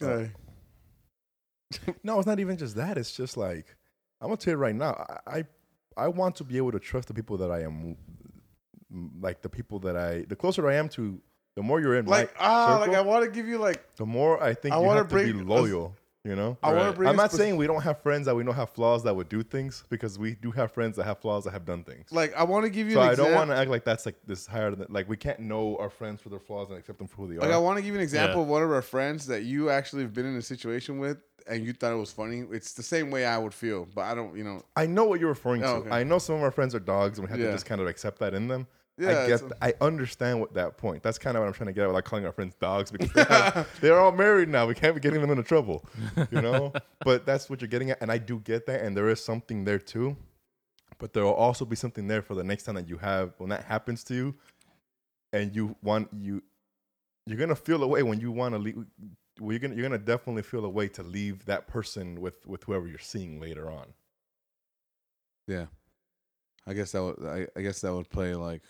A: Well,
B: fuck? Guy.
A: No, it's not even just that. It's just like I'm gonna tell you right now. I I, I want to be able to trust the people that I am, mm, like the people that I. The closer I am to, the more you're in
B: like
A: my
B: ah,
A: circle,
B: like I want to give you like
A: the more I think
B: I
A: you
B: wanna
A: have to be
B: bring us-
A: loyal. You know,
B: I want
C: Right.
B: to bring.
A: I'm
B: a
A: not
B: spec-
A: saying we don't have friends that we know have flaws that would do things because we do have friends that have flaws that have done things.
B: like I want to give you.
A: So
B: an
A: I don't
B: exam-
A: want to act like that's like this higher than like we can't know our friends for their flaws and accept them for who they
B: Like I
A: are.
B: want to give you an example
C: Yeah.
B: of one of our friends that you actually have been in a situation with and you thought it was funny. It's the same way I would feel, but I don't. You know.
A: I know what you're referring to.
B: Oh, okay.
A: I know some of our friends are dogs and we have to
B: Yeah.
A: just kind of accept that in them.
B: Yeah,
A: I get,
B: it's-
A: th- I understand what that point. That's kind of what I'm trying to get at without calling our friends dogs because they have, they're all married now. We can't be getting them into trouble, you know. but that's what you're getting at, and I do get that, and there is something there too. But there will also be something there for the next time that you have when that happens to you, and you want you, you're gonna feel a way when you want to leave. Well, you're gonna you're gonna definitely feel a way to leave that person with with whoever you're seeing later on.
B: I guess that would. I, I guess that would play like.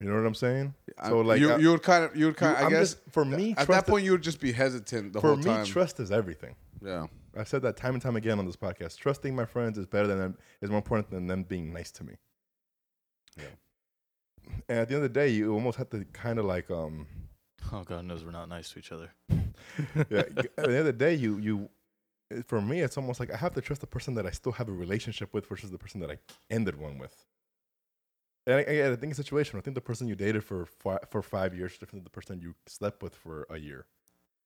A: You know what I'm saying?
B: I-
A: So, like,
B: you,
A: I-
B: you would kind of. You would kind.
A: You-
B: I
A: I'm
B: guess
A: just- for me,
B: at
A: trust
B: that point you would just be hesitant the
A: for
B: whole
A: me,
B: time.
A: trust is everything.
B: yeah.
A: I've said that time and time again on this podcast. Trusting my friends is better than them, is more important than them being nice to me. Yeah. And at the end of the day, you almost have to kind of like um
C: Oh God knows we're not nice to each other.
A: yeah, at the end of the day, you you for me, it's almost like I have to trust the person that I still have a relationship with versus the person that I ended one with. And I, I I think it's situational. I think the person you dated for fi- for five years is different than the person you slept with for a year.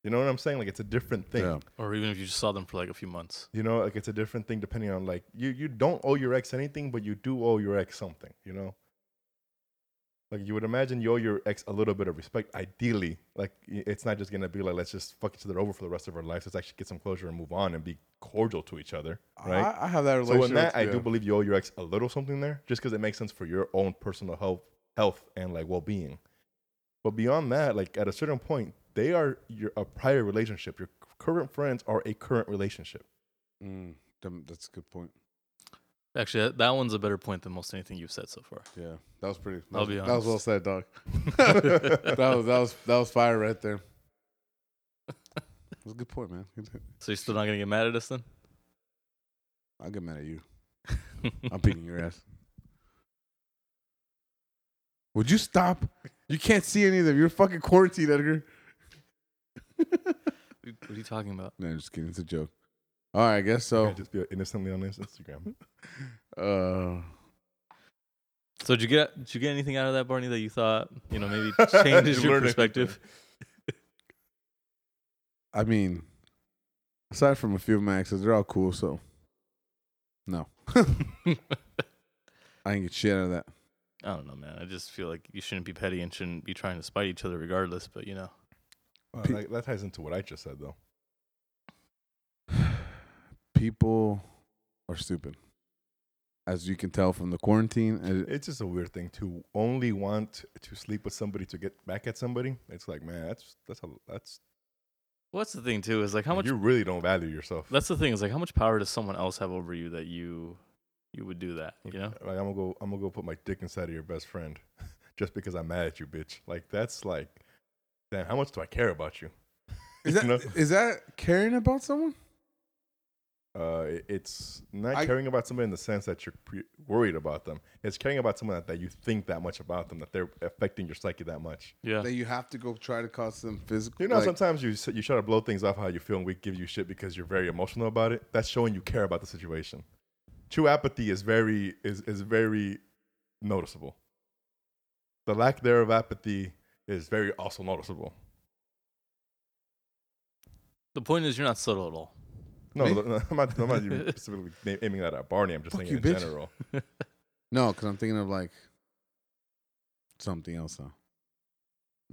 A: You know what I'm saying? Like it's a different thing.
B: Yeah.
C: Or even if you just saw them for like a few months.
A: You know, like it's a different thing depending on like you you don't owe your ex anything, but you do owe your ex something, you know? Like you would imagine you owe your ex a little bit of respect, ideally. Like i- it's not just gonna be like let's just fuck each other over for the rest of our lives. Let's actually get some closure and move on and be cordial to each other. Right.
B: I, I have that
A: so
B: relationship.
A: in that I
B: Ah, yeah.
A: do believe you owe your ex a little something there, just because it makes sense for your own personal health health and like well being. But beyond that, like at a certain point, they are your a prior relationship. Your current friends are a current relationship.
B: Mm, them- that's a good point.
C: Actually, that, that one's a better point than most anything you've said so far.
B: Yeah, that was pretty. That
C: I'll
B: was,
C: be
B: That was well
C: honest.
B: said, dog. that was that was that was fire right there. That's a good point, man.
C: So you're still not gonna get mad at us then?
B: I'll get mad at you. I'm beating your ass. Would you stop? You can't see any of them. You're fucking quarantined, Edgar.
C: What are you talking about?
B: No, just kidding. It's a joke. All right, I guess
A: You
B: so.
A: can't just be innocently on his Instagram.
B: Uh,
C: So did you get did you get anything out of that, Barney, that you thought you know maybe changes
A: You
C: your
A: learned
C: perspective?
B: I mean, aside from a few of my exes, they're all cool. So, no, I didn't get shit out of that.
C: I don't know, man. I just feel like you shouldn't be petty and shouldn't be trying to spite each other regardless. But you know,
A: Well,
B: Pe-
A: that, that ties into what I just said, though.
B: People are stupid, as you can tell from the quarantine. Uh, and-
A: It's just a weird thing to only want to sleep with somebody to get back at somebody. It's like, man, that's that's a that's
C: What's the thing too is like how much
A: you really don't value yourself.
C: that's the thing is like how much power does someone else have over you that you you would do that, you know?
A: Like I'm gonna go, I'm gonna go put my dick inside of your best friend, just because I'm mad at you, bitch. Like that's like, damn, how much do I care about you?
B: Is
A: You
B: that
A: know?
B: is that caring about someone?
A: Uh, it- it's not
B: I-
A: caring about somebody in the sense that you're pre- worried about them. It's caring about someone that, that you think that much about them, that they're affecting your psyche that much.
C: Yeah.
B: That you have to go try to cause them physical.
A: You know,
B: like-
A: sometimes you s- you try to blow things off how you feel, and we give you shit because you're very emotional about it. That's showing you care about the situation. True apathy is very is is very noticeable. The lack thereof apathy is very also noticeable.
C: the point is you're not subtle at all.
A: No,
B: Me?
A: no, no, I'm not. I'm not even specifically na- aiming that at Barney. I'm just
B: Fuck
A: saying
B: you,
A: in
B: bitch.
A: general.
B: No, because I'm thinking of like something else now.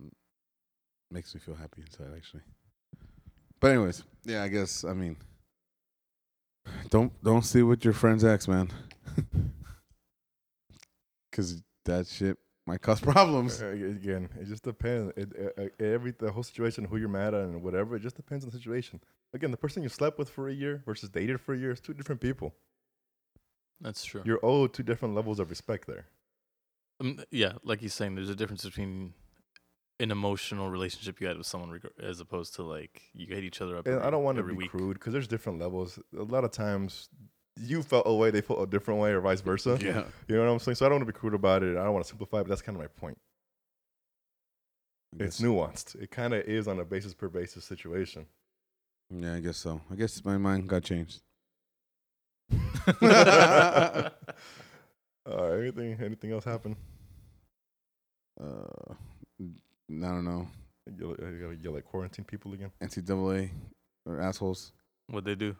B: Mm. Makes me feel happy inside, actually. But anyways, yeah, I guess I mean, don't don't see what your friend's ex, man, because that shit might cause problems.
A: Uh, Again, it just depends. It, uh, uh, every the whole situation, who you're mad at, and whatever, it just depends on the situation. Again, the person you slept with for a year versus dated for a year is two different people.
C: That's true.
A: You're owed two different levels of respect there.
C: Um, yeah, like he's saying, there's a difference between an emotional relationship you had with someone reg- as opposed to like you hate each other up.
A: And I
C: every-
A: don't want to
C: every
A: be
C: week.
A: crude because there's different levels. A lot of times, you felt a way, they felt a different way, or vice versa.
B: Yeah,
A: You know what I'm saying? So I don't want to be crude about it. I don't want to simplify, it, but that's kind of my point.
B: I
A: It's
B: guess-
A: nuanced. It kind of is on a basis per basis situation.
B: Yeah, I guess so. I guess my mind got changed.
A: uh, anything? Anything else happen?
B: Uh, n- I don't know.
A: You gotta yell at quarantine people again.
B: NCAA or assholes.
C: What they do?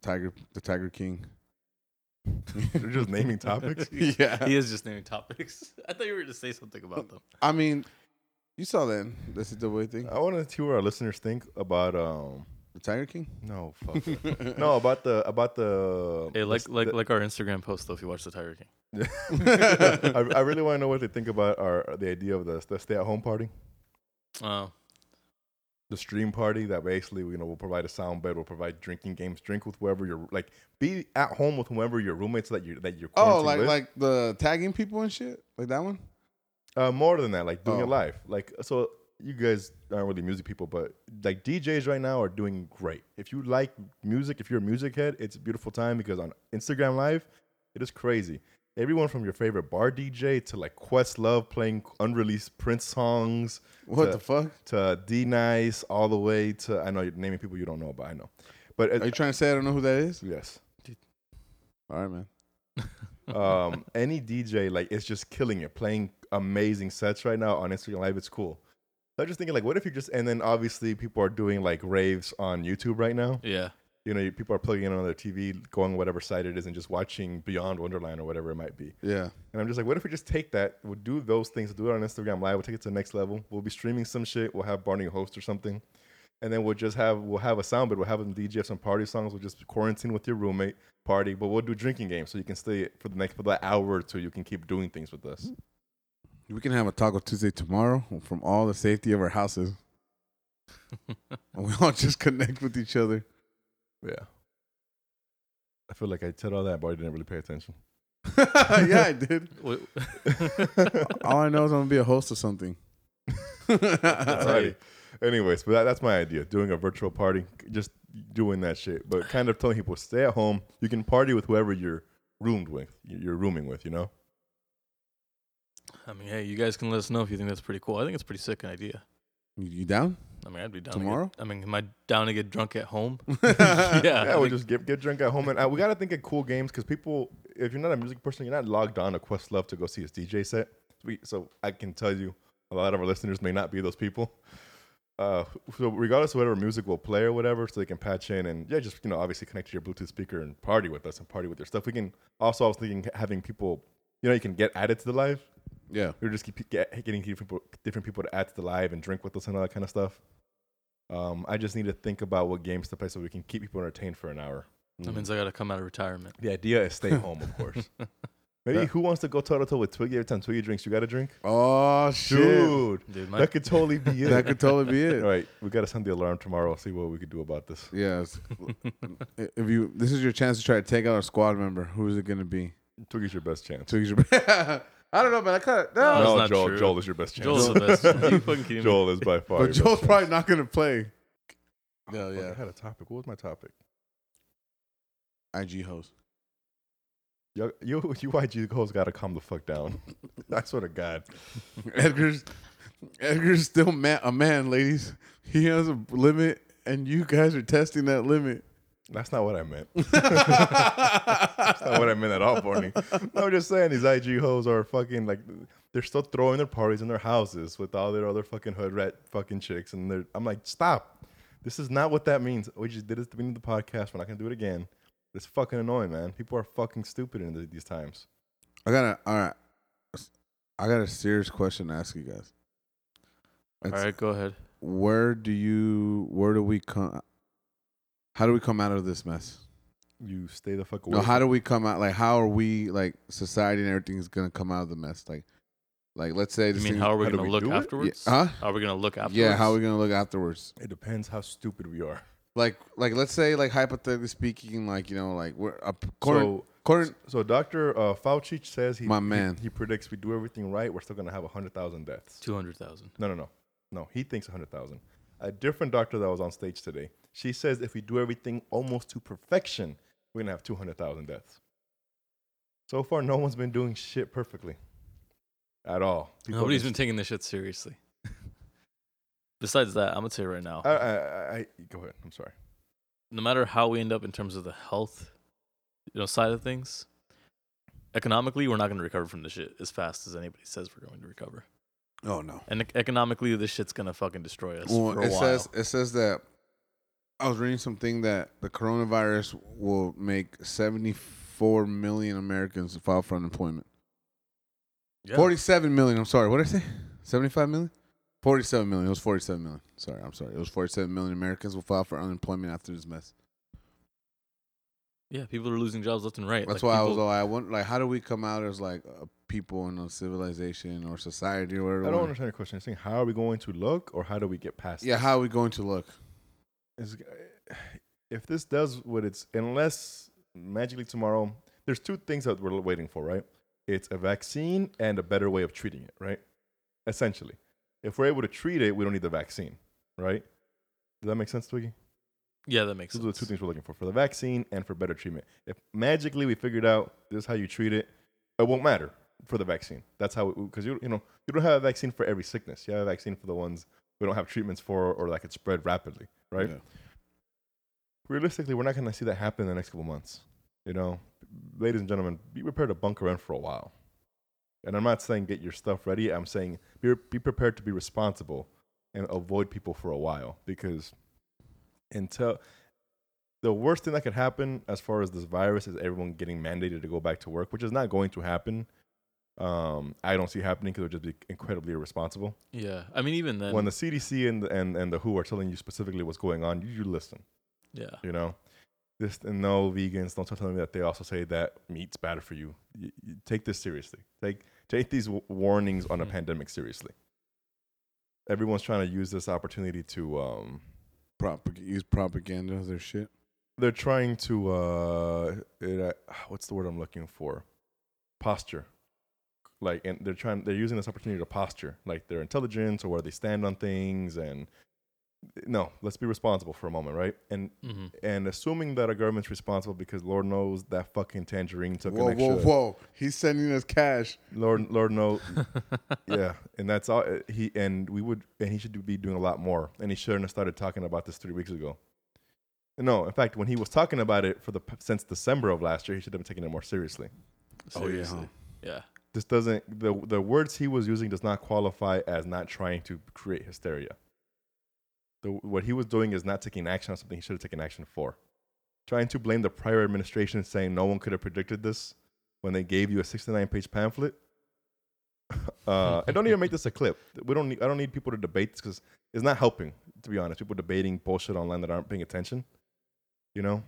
B: Tiger, the Tiger King.
A: They're just naming topics.
B: yeah,
C: He is just naming topics. I thought you were going to say something about them.
B: I mean, you saw that. That's the way thing.
A: I want to see what our listeners think about um.
B: The Tiger King.
A: No, fuck. it. no, about the about the.
C: Hey, like
A: the-
C: like like our Instagram post though. If you watch the Tiger King,
A: I, I really want to know what they think about our the idea of the, the stay at home party,
C: oh,
A: the stream party that basically you know will provide a sound bed, will provide drinking games, drink with whoever you're like, be at home with whoever your roommates that you that you're.
B: oh,
A: quarantined
B: like
A: with.
B: like the tagging people and shit, like that one.
A: Uh, more than that, like doing it
B: Oh.
A: live. Like so, you guys aren't really music people, but like DJs right now are doing great. If you like music, if you're a music head, it's a beautiful time because on Instagram Live, it is crazy. Everyone from your favorite bar DJ to like Questlove playing unreleased Prince songs
B: What
A: to,
B: the fuck?
A: to D Nice all the way to I know you're naming people you don't know, but I know. But
B: Are you
A: uh,
B: trying to say I don't know who that is?
A: yes,
B: All right, man.
C: Oh.
A: um, any DJ like it's just killing it, playing amazing sets right now on Instagram Live. It's cool. So I'm just thinking like, what if you just and then obviously people are doing like raves on YouTube right now.
C: yeah.
A: You know, people are plugging in on their TV, going whatever site it is, and just watching Beyond Wonderland or whatever it might be.
B: Yeah,
A: And I'm just like, what if we just take that? We'll do those things, do it on Instagram Live. We'll take it to the next level. We'll be streaming some shit. We'll have Barney host or something, and then we'll just have we'll have a soundbit. We'll have them DJ some party songs. We'll just quarantine with your roommate, party, but we'll do drinking games so you can stay for the next for the hour or two. You can keep doing things with us.
B: we can have a Taco Tuesday tomorrow from all the safety of our houses, and we all just connect with each other.
A: Yeah. I feel like I said all that, but I didn't really pay attention.
B: yeah, I did.
C: Wait,
B: All I know is I'm gonna be a host of something.
A: Alrighty. Anyways, but that, that's my idea. Doing a virtual party, just doing that shit, but kind of telling people stay at home. You can party with whoever you're roomed with, you're rooming with. You know.
C: I mean, hey, you guys can let us know if you think that's pretty cool. I think it's a pretty sick idea.
B: You, you down?
C: I mean, I'd be down
B: Tomorrow?
C: To get, I mean, am I down to get drunk at home?
B: yeah.
C: yeah,
A: yeah,
C: I
A: we'll
C: think-
A: just get get drunk at home, and uh we gotta think of cool games because people, if you're not a music person, you're not logged on to Questlove to go see his DJ set. We, so I can tell you, a lot of our listeners may not be those people. Uh, so regardless of whatever music we'll play or whatever, so they can patch in and yeah, just you know, obviously connect to your Bluetooth speaker and party with us and party with your stuff. We can also, I was thinking having people, you know, you can get added to the live.
B: Yeah.
A: We were just keep get, getting different people, different people to add to the live and drink with us and all that kind of stuff. Um, I just need to think about what games to play so we can keep people entertained for an hour.
C: That means I got to come out of retirement.
A: The idea is stay home, of course. Maybe
B: Yeah.
A: who wants to go toe to toe with Twiggy every time Twiggy drinks? You got to drink,
B: Oh shit.
A: dude.
C: Dude, my-
A: that could totally be it.
B: That could totally be
A: All
B: it.
A: right, we got to send the alarm tomorrow. See what we could do about this.
B: Yeah. it's- if you this is your chance to try to take out a squad member, who is it gonna be?
A: Twiggy's your best chance.
B: So he's your I don't know, man. I kind of no.
C: No, it's
A: no,
C: not
A: Joel.
C: true.
A: Joel is your best chance.
C: Joel's the best. Are you fucking kidding me?
A: Joel is by far.
B: But
A: your
B: Joel's
A: best
B: probably not gonna play. No,
A: chance. Fuck, I
B: yeah.
A: had a topic. What was my topic?
B: IG host.
A: You, you, you YG hoes got to calm the fuck down. I swear to God.
B: Edgar's Edgar's still ma- a man, ladies. He has a limit, and you guys are testing that limit.
A: That's not what I meant. That's not what I meant at all, Barney. I'm just saying these IG hoes are fucking like they're still throwing their parties in their houses with all their other fucking hood rat fucking chicks, and they're I'm like, stop. This is not what that means. We just did this at the beginning of the podcast. We're not gonna do it again. It's fucking annoying, man. People are fucking stupid in th- these times.
B: I got a all right. I got a serious question to ask you guys.
C: All
B: It's-
C: right, go ahead.
B: Where do you? Where do we come? How do we come out of this mess?
A: You stay the fuck away.
B: No, how do we come out? Like, how are we? Like, society and everything is gonna come out of the mess. Like, like let's say
C: You
B: this
C: mean
B: thing.
C: how are we
A: how do
C: gonna
A: we
C: look
A: do it? Yeah,
C: afterwards?
B: huh?
C: How are we gonna look afterwards?
B: yeah, how are we gonna look afterwards?
A: it depends how stupid we are.
B: Like, like let's say, like hypothetically speaking, like you know, like we're up. According,
A: so,
B: according,
A: so Doctor uh, Fauci says he
B: My
A: he-
B: man.
A: he, predicts we do everything right, we're still gonna have hundred thousand deaths.
C: Two hundred thousand.
A: No, no, no. No, he thinks 100,000. A different doctor that was on stage today, she says if we do everything almost to perfection, we're going to have 200,000 deaths. So far, no one's been doing shit perfectly at all. People
C: Nobody's been
A: have
C: taking this shit seriously. Besides that, I'm gonna tell you right now.
A: I, I, I, I, go ahead. I'm sorry.
C: no matter how we end up in terms of the health, you know, side of things, economically, we're not going to recover from this shit as fast as anybody says we're going to recover.
B: oh no.
C: And ec- economically, this shit's going to fucking destroy us
B: Well,
C: for a
B: it
C: while.
B: says it says that I was reading something that the coronavirus will make seventy four million Americans file for unemployment.
C: Yeah.
B: Forty seven million. I'm sorry. What did I say? Seventy five million. Forty seven million. It was forty seven million. Sorry. I'm sorry. It was forty seven million Americans will file for unemployment after this mess.
C: yeah, people are losing jobs left and right.
B: That's
C: Like,
B: why I was
C: people-
B: all I want. Like, how do we come out as like a people in a civilization or society or whatever?
A: I don't understand your question. You're saying how are we going to look or how do we get past
B: Yeah.
A: this?
B: How are we going to look?
A: is if this does what it's unless magically tomorrow there's two things that we're waiting for right it's a vaccine and a better way of treating it right essentially if we're able to treat it we don't need the vaccine right does that make sense twiggy
C: Yeah, that makes
A: those
C: sense.
A: are the two things we're looking for for the vaccine and for better treatment if magically we figured out this is how you treat it it won't matter for the vaccine that's how because you, you know you don't have a vaccine for every sickness you have a vaccine for the ones we don't have treatments for or that could spread rapidly right
B: Yeah.
A: realistically, we're not going to see that happen in the next couple months. You know, ladies and gentlemen, be prepared to bunker in for a while. And I'm not saying get your stuff ready. I'm saying be, be prepared to be responsible and avoid people for a while because until the worst thing that could happen as far as this virus is everyone getting mandated to go back to work, which is not going to happen. Um, I don't see happening because it would just be incredibly irresponsible
C: yeah. I mean, even then.
A: when the CDC and, and, and the WHO are telling you specifically what's going on, you, you listen,
C: yeah.
A: you know? This, and no vegans, don't start telling me that they also say that meat's bad for you. You, you take this seriously. Take, take these w- warnings on a
C: Mhm.
A: pandemic seriously. Everyone's trying to use this opportunity to, um,
B: Propag- use propaganda as their shit.
A: they're trying to, uh, it, uh, what's the word I'm looking for? Posture. Like, and they're trying, they're using this opportunity to posture, like their intelligence or where they stand on things. And no, let's be responsible for a moment, right? And
C: hmm
A: and assuming that our government's responsible because Lord knows that fucking tangerine took
B: Whoa,
A: an
B: whoa,
A: extra.
B: whoa! He's sending us cash.
A: Lord, Lord knows, yeah, and that's all uh, he and we would and he should be doing a lot more. And he shouldn't have started talking about this three weeks ago. No, in fact, when he was talking about it for the since December of last year, he should have been taking it more seriously.
C: Seriously.
B: huh.
C: Oh, yeah.
A: This doesn't the the words he was using does not qualify as not trying to create hysteria. The, what he was doing is not taking action on something he should have taken action for. Trying to blame the prior administration, saying no one could have predicted this when they gave you a 69-page pamphlet. uh, and don't even make this a clip. We don't. Need, I don't need people to debate this because it's not helping. To be honest, people debating bullshit online that aren't paying attention. You know,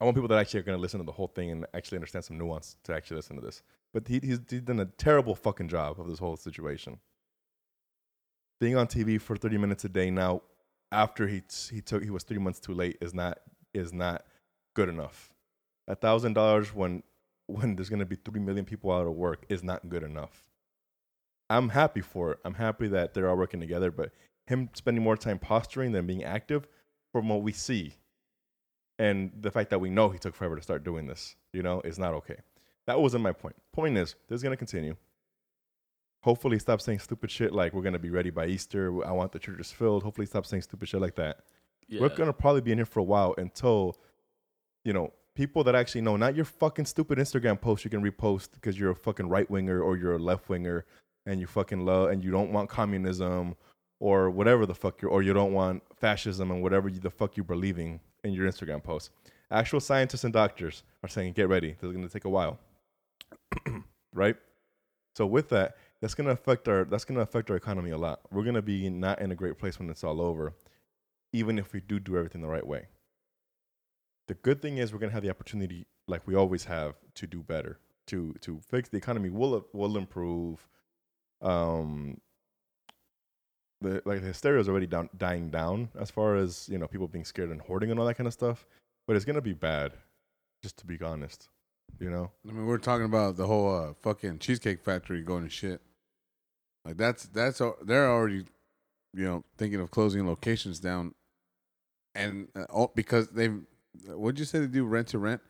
A: I want people that actually are going to listen to the whole thing and actually understand some nuance to actually listen to this. But he, he's, he's done a terrible fucking job of this whole situation. Being on TV for 30 minutes a day now, after he he took he was three months too late, is not is not good enough. A thousand dollars when when there's gonna be three million people out of work is not good enough. I'm happy for it. I'm happy that they're all working together, but him spending more time posturing than being active, from what we see, and the fact that we know he took forever to start doing this, you know, is not okay. That wasn't my point. Point is, this is gonna continue. Hopefully, stop saying stupid shit like "we're gonna be ready by Easter." I want the churches filled. Hopefully, stop saying stupid shit like that.
C: Yeah.
A: We're gonna probably be in here for a while until, you know, people that actually know, not your fucking stupid Instagram post you can repost because you're a fucking right winger or you're a left winger and you fucking love and you don't want communism or whatever the fuck you're or you don't want fascism and whatever you, the fuck you believing in your Instagram post. Actual scientists and doctors are saying, get ready. This is gonna take a while, right? So with that, that's gonna affect our that's gonna affect our economy a lot. We're gonna be not in a great place when it's all over, even if we do do everything the right way. The good thing is we're gonna have the opportunity, like we always have, to do better, to to fix the economy. Will will improve. Um, the like the hysteria is already down, dying down as far as you know people being scared and hoarding and all that kind of stuff. But it's gonna be bad, just to be honest. You know,
B: I mean, we're talking about the whole uh, fucking cheesecake factory going to shit. Like that's that's al- they're already, you know, thinking of closing locations down, and uh, all because they've what'd you say they do rent to rent.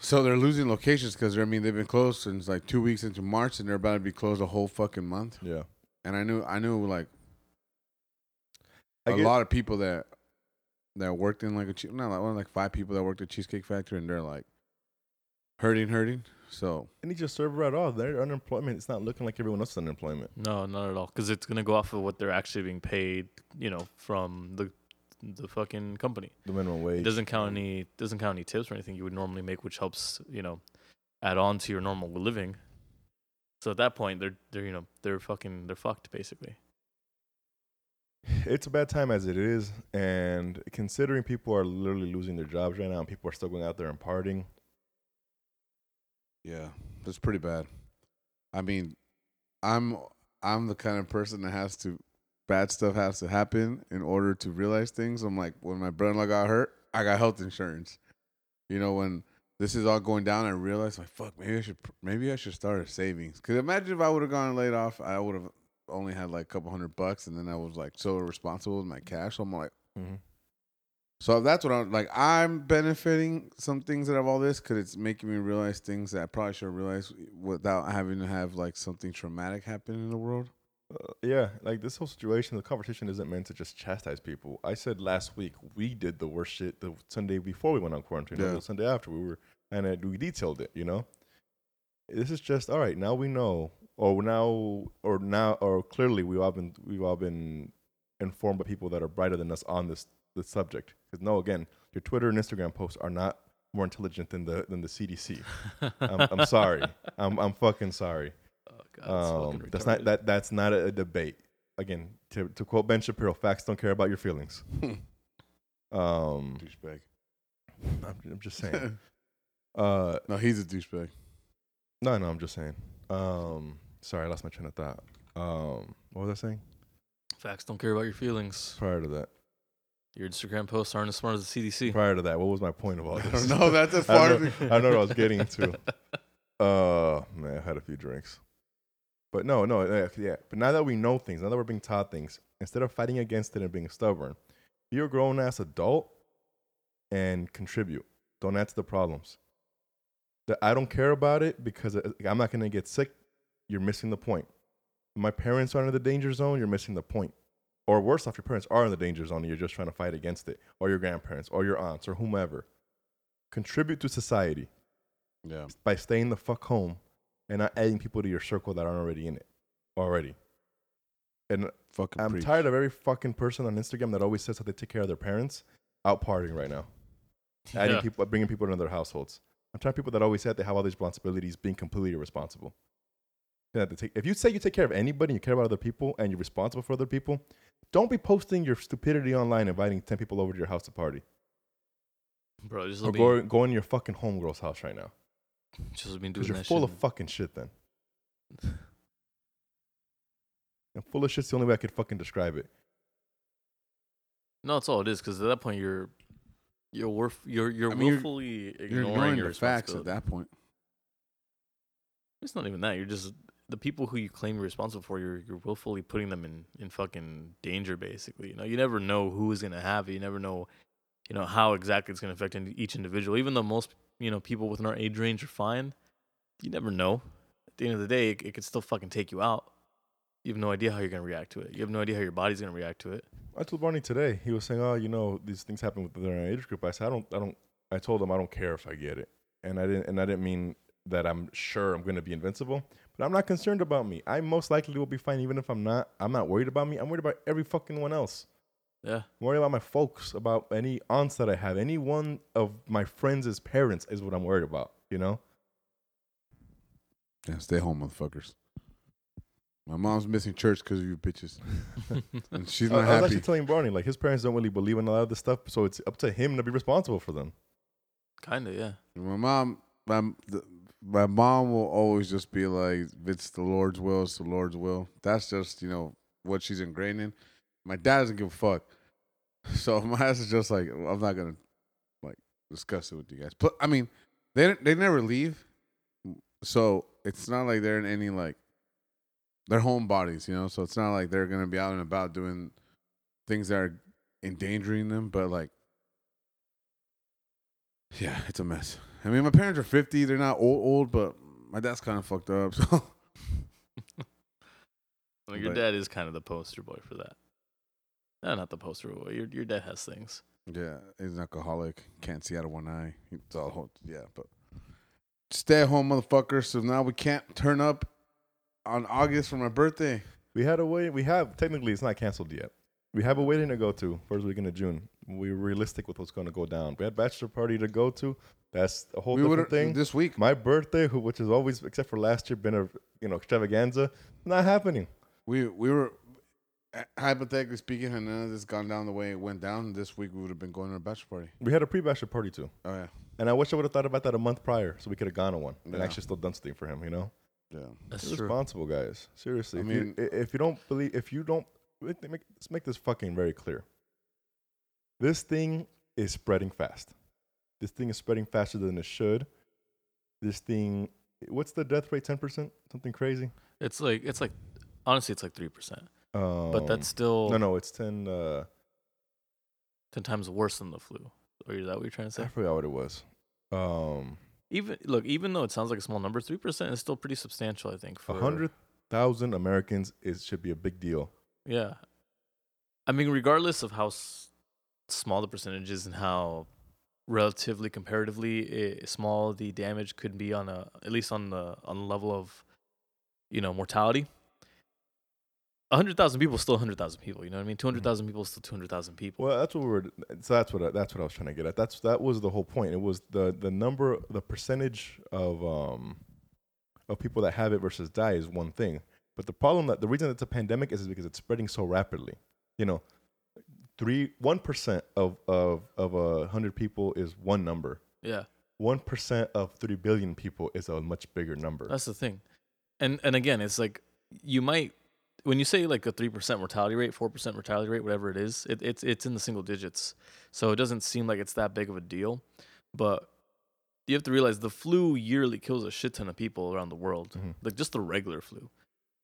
B: So they're losing locations because I mean they've been closed since like two weeks into March, and they're about to be closed a whole fucking month.
A: yeah.
B: And I knew I knew like
A: I
B: a
A: get-
B: lot of people that that worked in like a che- not like one like five people that worked at Cheesecake Factory, and they're like hurting, hurting. So
A: any just server at all. Their unemployment it's not looking like everyone else's unemployment.
C: No, not at all. Because it's gonna go off of what they're actually being paid, you know, from the the fucking company.
A: The minimum
C: It
A: wage.
C: doesn't count any doesn't count any tips or anything you would normally make, which helps you know add on to your normal living. So at that point, they're they're you know they're fucking they're fucked basically.
A: It's a bad time as it is, and considering people are literally losing their jobs right now, and people are still going out there and partying.
B: yeah, that's pretty bad. I mean, I'm I'm the kind of person that has to bad stuff has to happen in order to realize things. I'm like when my brother-in-law got hurt, I got health insurance. You know when. This is all going down. I realized, like, fuck, maybe I should, maybe I should start a savings. Cause imagine if I would have gone laid off, I would have only had like a couple hundred bucks, and then I was like so irresponsible with my cash. I'm like, So that's what I'm like. I'm benefiting some things out of all this because it's making me realize things that I probably should realize without having to have like something traumatic happen in the world.
A: Uh, yeah, like this whole situation, the conversation isn't meant to just chastise people. I said last week we did the worst shit the Sunday before we went on quarantine, or
B: Yeah.
A: the Sunday after we were, and uh, we detailed it. You know, this is just all right. Now we know, or now, or now, or clearly we've all been we've all been informed by people that are brighter than us on this this subject. Because no, again, your Twitter and Instagram posts are not more intelligent than the than the CDC. I'm, I'm sorry. I'm I'm fucking sorry.
C: Oh
A: Um,
C: god,
A: that's, not that. That's not a, debate. Again, to, to quote Ben Shapiro, facts don't care about your feelings. um,
B: douchebag.
A: I'm, I'm just saying. Uh,
B: no, he's a douchebag.
A: no, no, I'm just saying. Um, sorry, I lost my train of thought. Um, what was I saying
C: Facts don't care about your feelings.
A: prior to that?
C: Your Instagram posts aren't as smart as the CDC.
A: Prior to that, what was my point of all
B: I
A: this?
B: don't know. That's as
A: I
B: far
A: don't
B: as
A: know.
B: it-
A: I know what I was getting to. Uh, man, I had a few drinks. But no, no, yeah, yeah. But now that we know things, now that we're being taught things, instead of fighting against it and being stubborn, be a grown ass adult and contribute. Don't add to the problems. The, I don't care about it because uh, I'm not going to get sick. You're missing the point. My parents are in the danger zone. You're missing the point. Or worse off, your parents are in the danger zone and you're just trying to fight against it, or your grandparents, or your aunts, or whomever. Contribute to society
B: yeah.
A: by staying the fuck home and not adding people to your circle that aren't already in it already. And
B: Fucking.
A: I'm
B: preach.
A: tired of every fucking person on Instagram that always says how they take care of their parents out partying right now, adding
C: Yeah.
A: people, bringing people into their households. I'm tired of people that always say that they have all these responsibilities being completely irresponsible. You have to take- if you say you take care of anybody and you care about other people and you're responsible for other people, don't be posting your stupidity online inviting 10 people over to your house to party
C: bro. Just
A: or
C: don't be,
A: go, go in your fucking homegirl's house right now.
C: Just been doing
A: Because you're
C: that
A: full
C: shit.
A: of fucking shit then. And full of shit's the only way I could fucking describe it.
C: no, it's all it is. Because at that point, you're you're worf- you're you're
B: I mean, you're-
C: willfully ignoring,
B: You're ignoring
C: your
B: the facts at
C: responsibility.
B: that point.
C: It's not even that. You're just the people who you claim you're responsible for. You're you're willfully putting them in in fucking danger. Basically, you know, you never know who is gonna have it. You never know, you know, how exactly it's gonna affect in- each individual. Even though most you know people within our age range are fine, you never know. At the end of the day, it, it could still fucking take you out. You have no idea how you're gonna react to it. You have no idea how your body's gonna react to it.
A: I told Barney today. He was saying, "Oh, you know, these things happen within our age group." I said, "I don't, I don't." I told him, "I don't care if I get it," and I didn't, and I didn't mean that I'm sure I'm going to be invincible, but I'm not concerned about me. I most likely will be fine, even if I'm not. I'm not worried about me. I'm worried about every fucking one else.
C: Yeah.
A: I'm worried about my folks, about any aunts that I have, any one of my friends' as parents is what I'm worried about. You know,
B: Yeah, stay home, motherfuckers. My mom's missing church because of you bitches, and she's
A: I,
B: not
A: I was
B: happy.
A: actually telling Barney like his parents don't really believe in a lot of this stuff, so it's up to him to be responsible for them.
C: Kinda. Yeah.
B: my mom, my the, my mom will always just be like, "If "It's the Lord's will. It's the Lord's will." That's just you know what she's ingrained in. My dad doesn't give a fuck, so my ass is just like, "I'm not gonna like discuss it with you guys." But I mean, they they never leave, so it's not like they're in any like they're homebodies, you know. So it's not like they're gonna be out and about doing things that are endangering them. But like, yeah, it's a mess. I mean, my parents are fifty; they're not old, old, but my dad's kind of fucked up. So
C: Well, your
B: But-
C: dad is kind of the poster boy for that. No, not the poster boy. Your your dad has things.
B: yeah, he's an alcoholic, can't see out of one eye. It's all whole, yeah, but stay at home, motherfucker. So now we can't turn up on August for my birthday.
A: We had a way. We have technically it's not canceled yet. We have a wedding to go to first weekend of June. We're realistic with what's going to go down. We had bachelor party to go to. That's a whole
B: we
A: different
B: would
A: thing.
B: this week.
A: My birthday, who which has always except for last year been a you know extravaganza, not happening.
B: We we were uh, hypothetically speaking, had none of this gone down the way it went down this week, we would have been going to a bachelor party.
A: We had a pre-bachelor party too,
B: Oh yeah,
A: and I wish I would have thought about that a month prior, so we could have gone to one and
B: Yeah.
A: actually still done something for him. You know,
B: yeah.
C: That's
A: Be responsible guys. Seriously,
B: I
A: if
B: mean-
A: you, i- if you don't believe, if you don't, let me make, let's make this fucking very clear. This thing is spreading fast. This thing is spreading faster than it should. This thing, what's the death rate? Ten percent? Something crazy?
C: It's like it's like honestly, it's like three percent,
A: Um,
C: but that's still
A: no, no. It's ten. Uh,
C: ten times worse than the flu. Or is that what you're trying to
A: I
C: say?
A: forgot what it was. Um,
C: Even look, even though it sounds like a small number, three percent is still pretty substantial. I think
A: a
C: for
A: hundred thousand Americans is should be a big deal.
C: Yeah, I mean, regardless of how s- small the percentage is and how relatively comparatively i small the damage could be on a at least on the on the level of you know mortality. A hundred thousand people is still a hundred thousand people. You know what I mean? Two hundred thousand people is still two hundred thousand people.
A: Well, that's what we were. So that's what I, that's what I was trying to get at. That's that was the whole point. It was the the number, the percentage of um of people that have it versus die is one thing. But the problem that the reason it's a pandemic is, is because it's spreading so rapidly. You know, three one percent of of of a hundred people is one number.
C: Yeah.
A: One percent of three billion people is a much bigger number.
C: That's the thing. And and again, it's like you might when you say like a three percent mortality rate, four percent mortality rate, whatever it is, it, it's it's in the single digits. So it doesn't seem like it's that big of a deal. But you have to realize the flu yearly kills a shit ton of people around the world.
A: Mhm.
C: Like just the regular flu.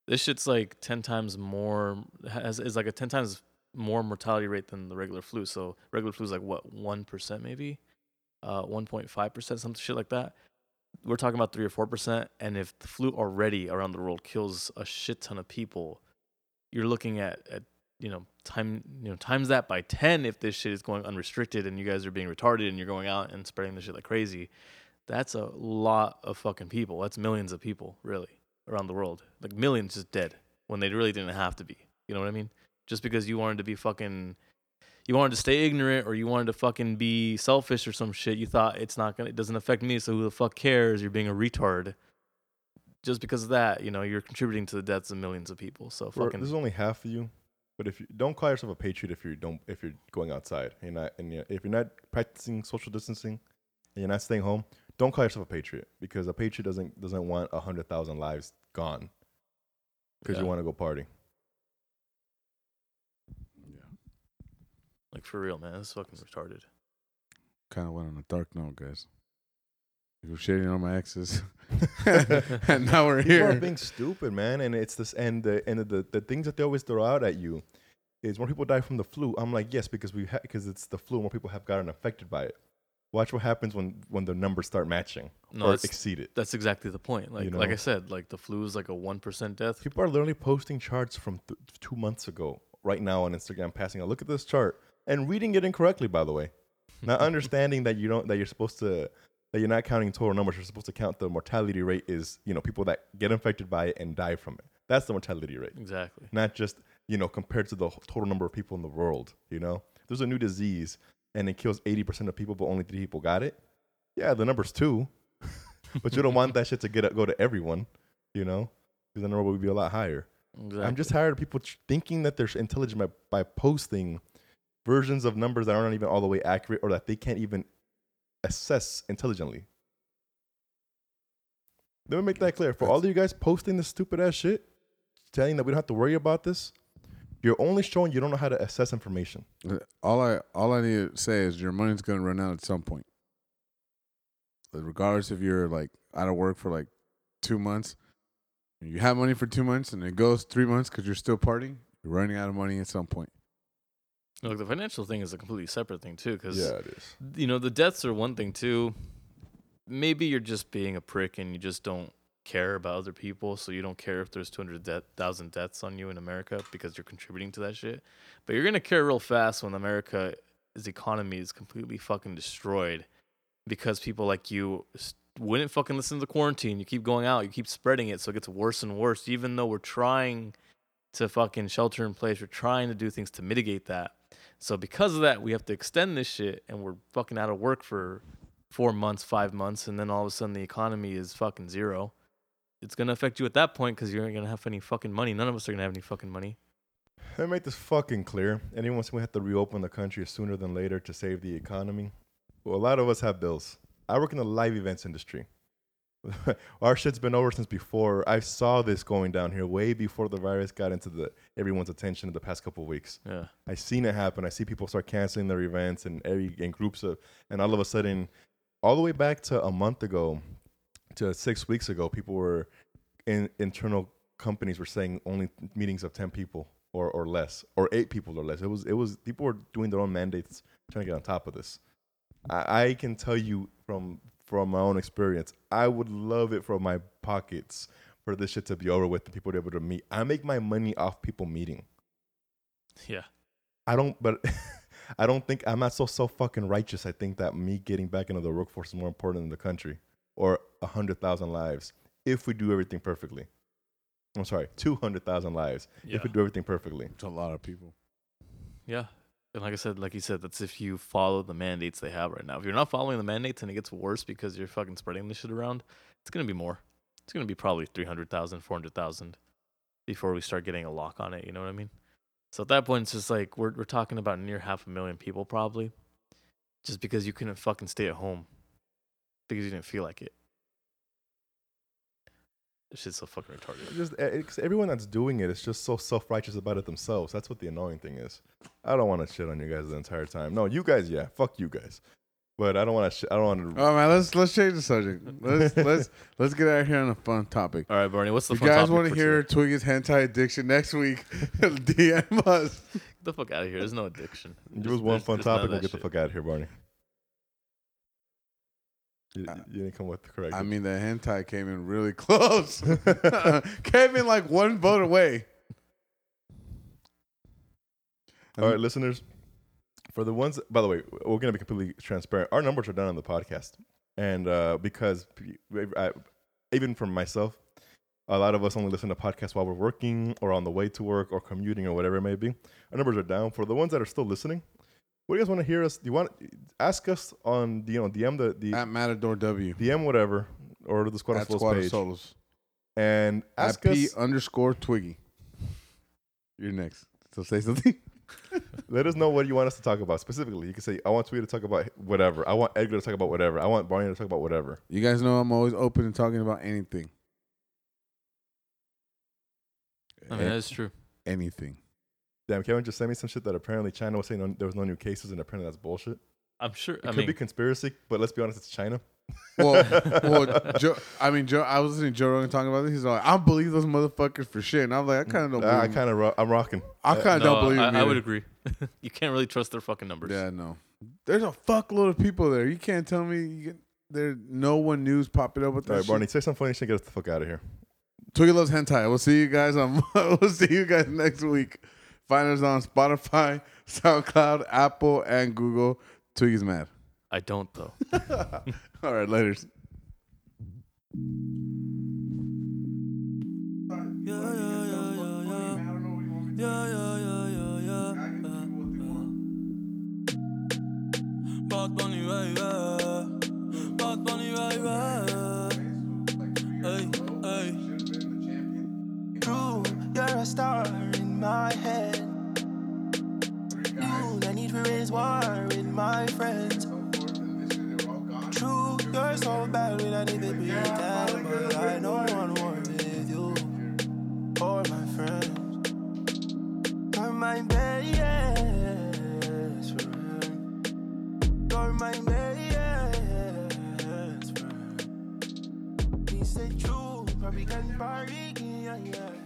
C: This shit's like ten times more has is like a ten times more mortality rate than the regular flu. So regular flu is like what, one percent maybe? Uh one point five percent, some shit like that we're talking about three or four percent, and if the flu already around the world kills a shit ton of people, you're looking at at you know time you know times that by ten if this shit is going unrestricted and you guys are being retarded and you're going out and spreading this shit like crazy. That's a lot of fucking people. That's millions of people really around the world, like millions just dead when they really didn't have to be. You know what I mean? Just because you wanted to be fucking. You wanted to stay ignorant, or you wanted to fucking be selfish, or some shit. You thought it's not gonna, it doesn't affect me, so who the fuck cares? You're being a retard. Just because of that, you know, you're contributing to the deaths of millions of people. So
A: For-
C: fucking
A: this is only half of you. But if you don't call yourself a patriot, if you don't, if you're going outside, you're not, and you're, if you're not practicing social distancing, and you're not staying home, don't call yourself a patriot because a patriot doesn't doesn't want a hundred thousand lives gone because
C: Yeah.
A: you want to go party.
C: Like for real, man. That's fucking retarded.
B: Kind of went on a dark note, guys. You were shitting on my exes, and now we're
A: People are
B: here.
A: being stupid, man, and it's this and the and the the things that they always throw out at you is more people die from the flu. I'm like, yes, because we because it's the flu, more people have gotten affected by it. Watch what happens when when the numbers start matching
C: No,
A: or
C: it's-
A: exceed it.
C: That's exactly the point. Like
A: You
C: like
A: know?
C: I said, like the flu is like a one percent death.
A: People are literally posting charts from th- two months ago right now on Instagram, passing a look at this chart and reading it incorrectly. By the way, not understanding that you don't that you're supposed to that you're not counting total numbers. You're supposed to count the mortality rate is you know people that get infected by it and die from it. That's the mortality rate.
C: Exactly.
A: not just you know compared to the wh- total number of people in the world you know there's a new disease and it kills 80% of people but only three people got it yeah the number's two but you don't want that shit to get go to everyone you know because the number would be a lot higher
C: Exactly.
A: i'm just tired of people tr- thinking that they're s- intelligent by, by posting versions of numbers that aren't even all the way accurate or that they can't even assess intelligently let me make that clear for all of you guys posting this stupid ass shit telling that we don't have to worry about this you're only showing you don't know how to assess information
B: All I all I need to say is your money's gonna run out at some point. Like, Regardless if you're like out of work for like two months, and you have money for two months, and it goes three months because you're still partying. You're running out of money at some point.
C: Look, the financial thing is a completely separate thing too, because
A: it is
C: you know the deaths are one thing too. Maybe you're just being a prick and you just don't care about other people, so you don't care if there's 200,000 deaths on you in America because you're contributing to that shit. But you're gonna care real fast when America's economy is completely fucking destroyed because people like you s- wouldn't fucking listen to the quarantine. You keep going out, you keep spreading it, so it gets worse and worse. Even though we're trying to fucking shelter in place, we're trying to do things to mitigate that. So because of that, we have to extend this shit, and we're fucking out of work for four months, five months, and then all of a sudden the economy is fucking zero. It's gonna affect you at that point because you aren't gonna have any fucking money. None of us are gonna have any fucking money.
A: let me make this fucking clear anyone saying we have to reopen the country sooner than later to save the economy well a lot of us have bills i work in the live events industry our shit's been over since before i saw this going down here way before the virus got into the everyone's attention in the past couple weeks
C: Yeah,
A: I seen it happen. I see people start canceling their events and every in groups of, and all of a sudden, all the way back to a month ago, to six weeks ago, people were in internal companies were saying only meetings of ten people or or less or eight people or less. It was it was people were doing their own mandates trying to get on top of this. I, I can tell you from from my own experience, I would love it from my pockets for this shit to be over with and people to be able to meet. I make my money off people meeting.
C: yeah.
A: I don't, but I don't think I'm not so self fucking righteous. I think that me getting back into the workforce is more important than the country or a hundred thousand lives if we do everything perfectly. I'm sorry, two hundred thousand lives
C: yeah.
A: if we do everything perfectly.
B: It's a lot of people.
C: Yeah. And like I said, like you said, that's if you follow the mandates they have right now. If you're not following the mandates and it gets worse because you're fucking spreading this shit around, it's going to be more. It's going to be probably 300,000, 400,000 before we start getting a lock on it. You know what I mean? So at that point, it's just like we're, we're talking about near half a million people probably just because you couldn't fucking stay at home because you didn't feel like it. This shit's so fucking retarded.
A: Just eh, it's, everyone that's doing it is just so self righteous about it themselves. That's what the annoying thing is. I don't want to shit on you guys the entire time. No, you guys, yeah, fuck you guys. But I don't want to. Sh- I don't want to.
B: All right, Oh, man. Let's let's change the subject. Uh, Let's let's let's get out here on a fun topic.
C: All right, Barney, what's the
B: If
C: fun
B: you guys
C: topic
B: want
C: for
B: to hear
C: today?
B: Twiggy's hentai addiction next week? DM us.
C: Get the fuck out of here. There's no addiction.
A: There was one
C: There's-
A: fun
C: there's none of
A: topic. We'll
C: that
A: get
C: shit.
A: the fuck out of here, Barney. You,
B: Uh,
A: you didn't come with the correct.
B: I mean, the hentai came in really close. came in like one vote away.
A: All right, listeners. For the ones, by the way, we're going to be completely transparent. Our numbers are done on the podcast, and uh, because p- I, even for myself, a lot of us only listen to podcasts while we're working or on the way to work or commuting or whatever it may be. Our numbers are down. For the ones that are still listening, what do you guys want to hear us? Do you want ask us on you know DM the, the
B: At Matador W.
A: DM whatever or the Squad of
B: Um, At
A: Souls
B: Squad of
A: page
B: Solos.
A: and
B: At
A: ask
B: P
A: us
B: underscore Twiggy. You're next. So say something.
A: Let us know what you want us to talk about specifically. You can say, I want Tweety to talk about whatever. I want Edgar to talk about whatever. I want Barney to talk about whatever.
B: You guys know I'm always open and talking about anything.
C: I mean, that's true.
B: A- anything.
A: Damn, Kevin just sent me some shit that apparently China was saying no, there was no new cases, and apparently that's bullshit.
C: I'm sure.
A: It
C: I
A: could
C: mean,
A: be conspiracy, but let's be honest, it's China.
B: Well, well, Joe, I mean, Joe. I was listening to Joe Rogan talking about this. He's like, I don't believe those motherfuckers for shit, and I'm like, I kind of don't.
A: Ah, I
B: believe 'em.
A: kind of ro- I'm rocking. Uh,
B: I kind of don't
C: Uh, no,
B: believe.
C: I,
B: 'em
C: I would
B: either.
C: agree. you can't really trust their fucking numbers.
B: Yeah, no. There's a fuckload of people there. You can't tell me you can, there no one news popping up with that.
A: All right,
B: shit.
A: Barney, say some funny shit. Get us the fuck out of here.
B: Twiggy loves hentai. We'll see you guys on. we'll see you guys next week. Find us on Spotify, SoundCloud, Apple, and Google. Twiggy's mad.
C: I don't though.
B: All right, later.
D: Bad Bunny, baby. Bad Bunny, baby. Hey, hey.
E: True, you're a star in my head. You, I need to raise war with my friends. True, you're so bad when I need to be dead, but I don't want war with you or my friends. You're my best friend. You're my best friend. He said true, probably can party, yeah, yeah.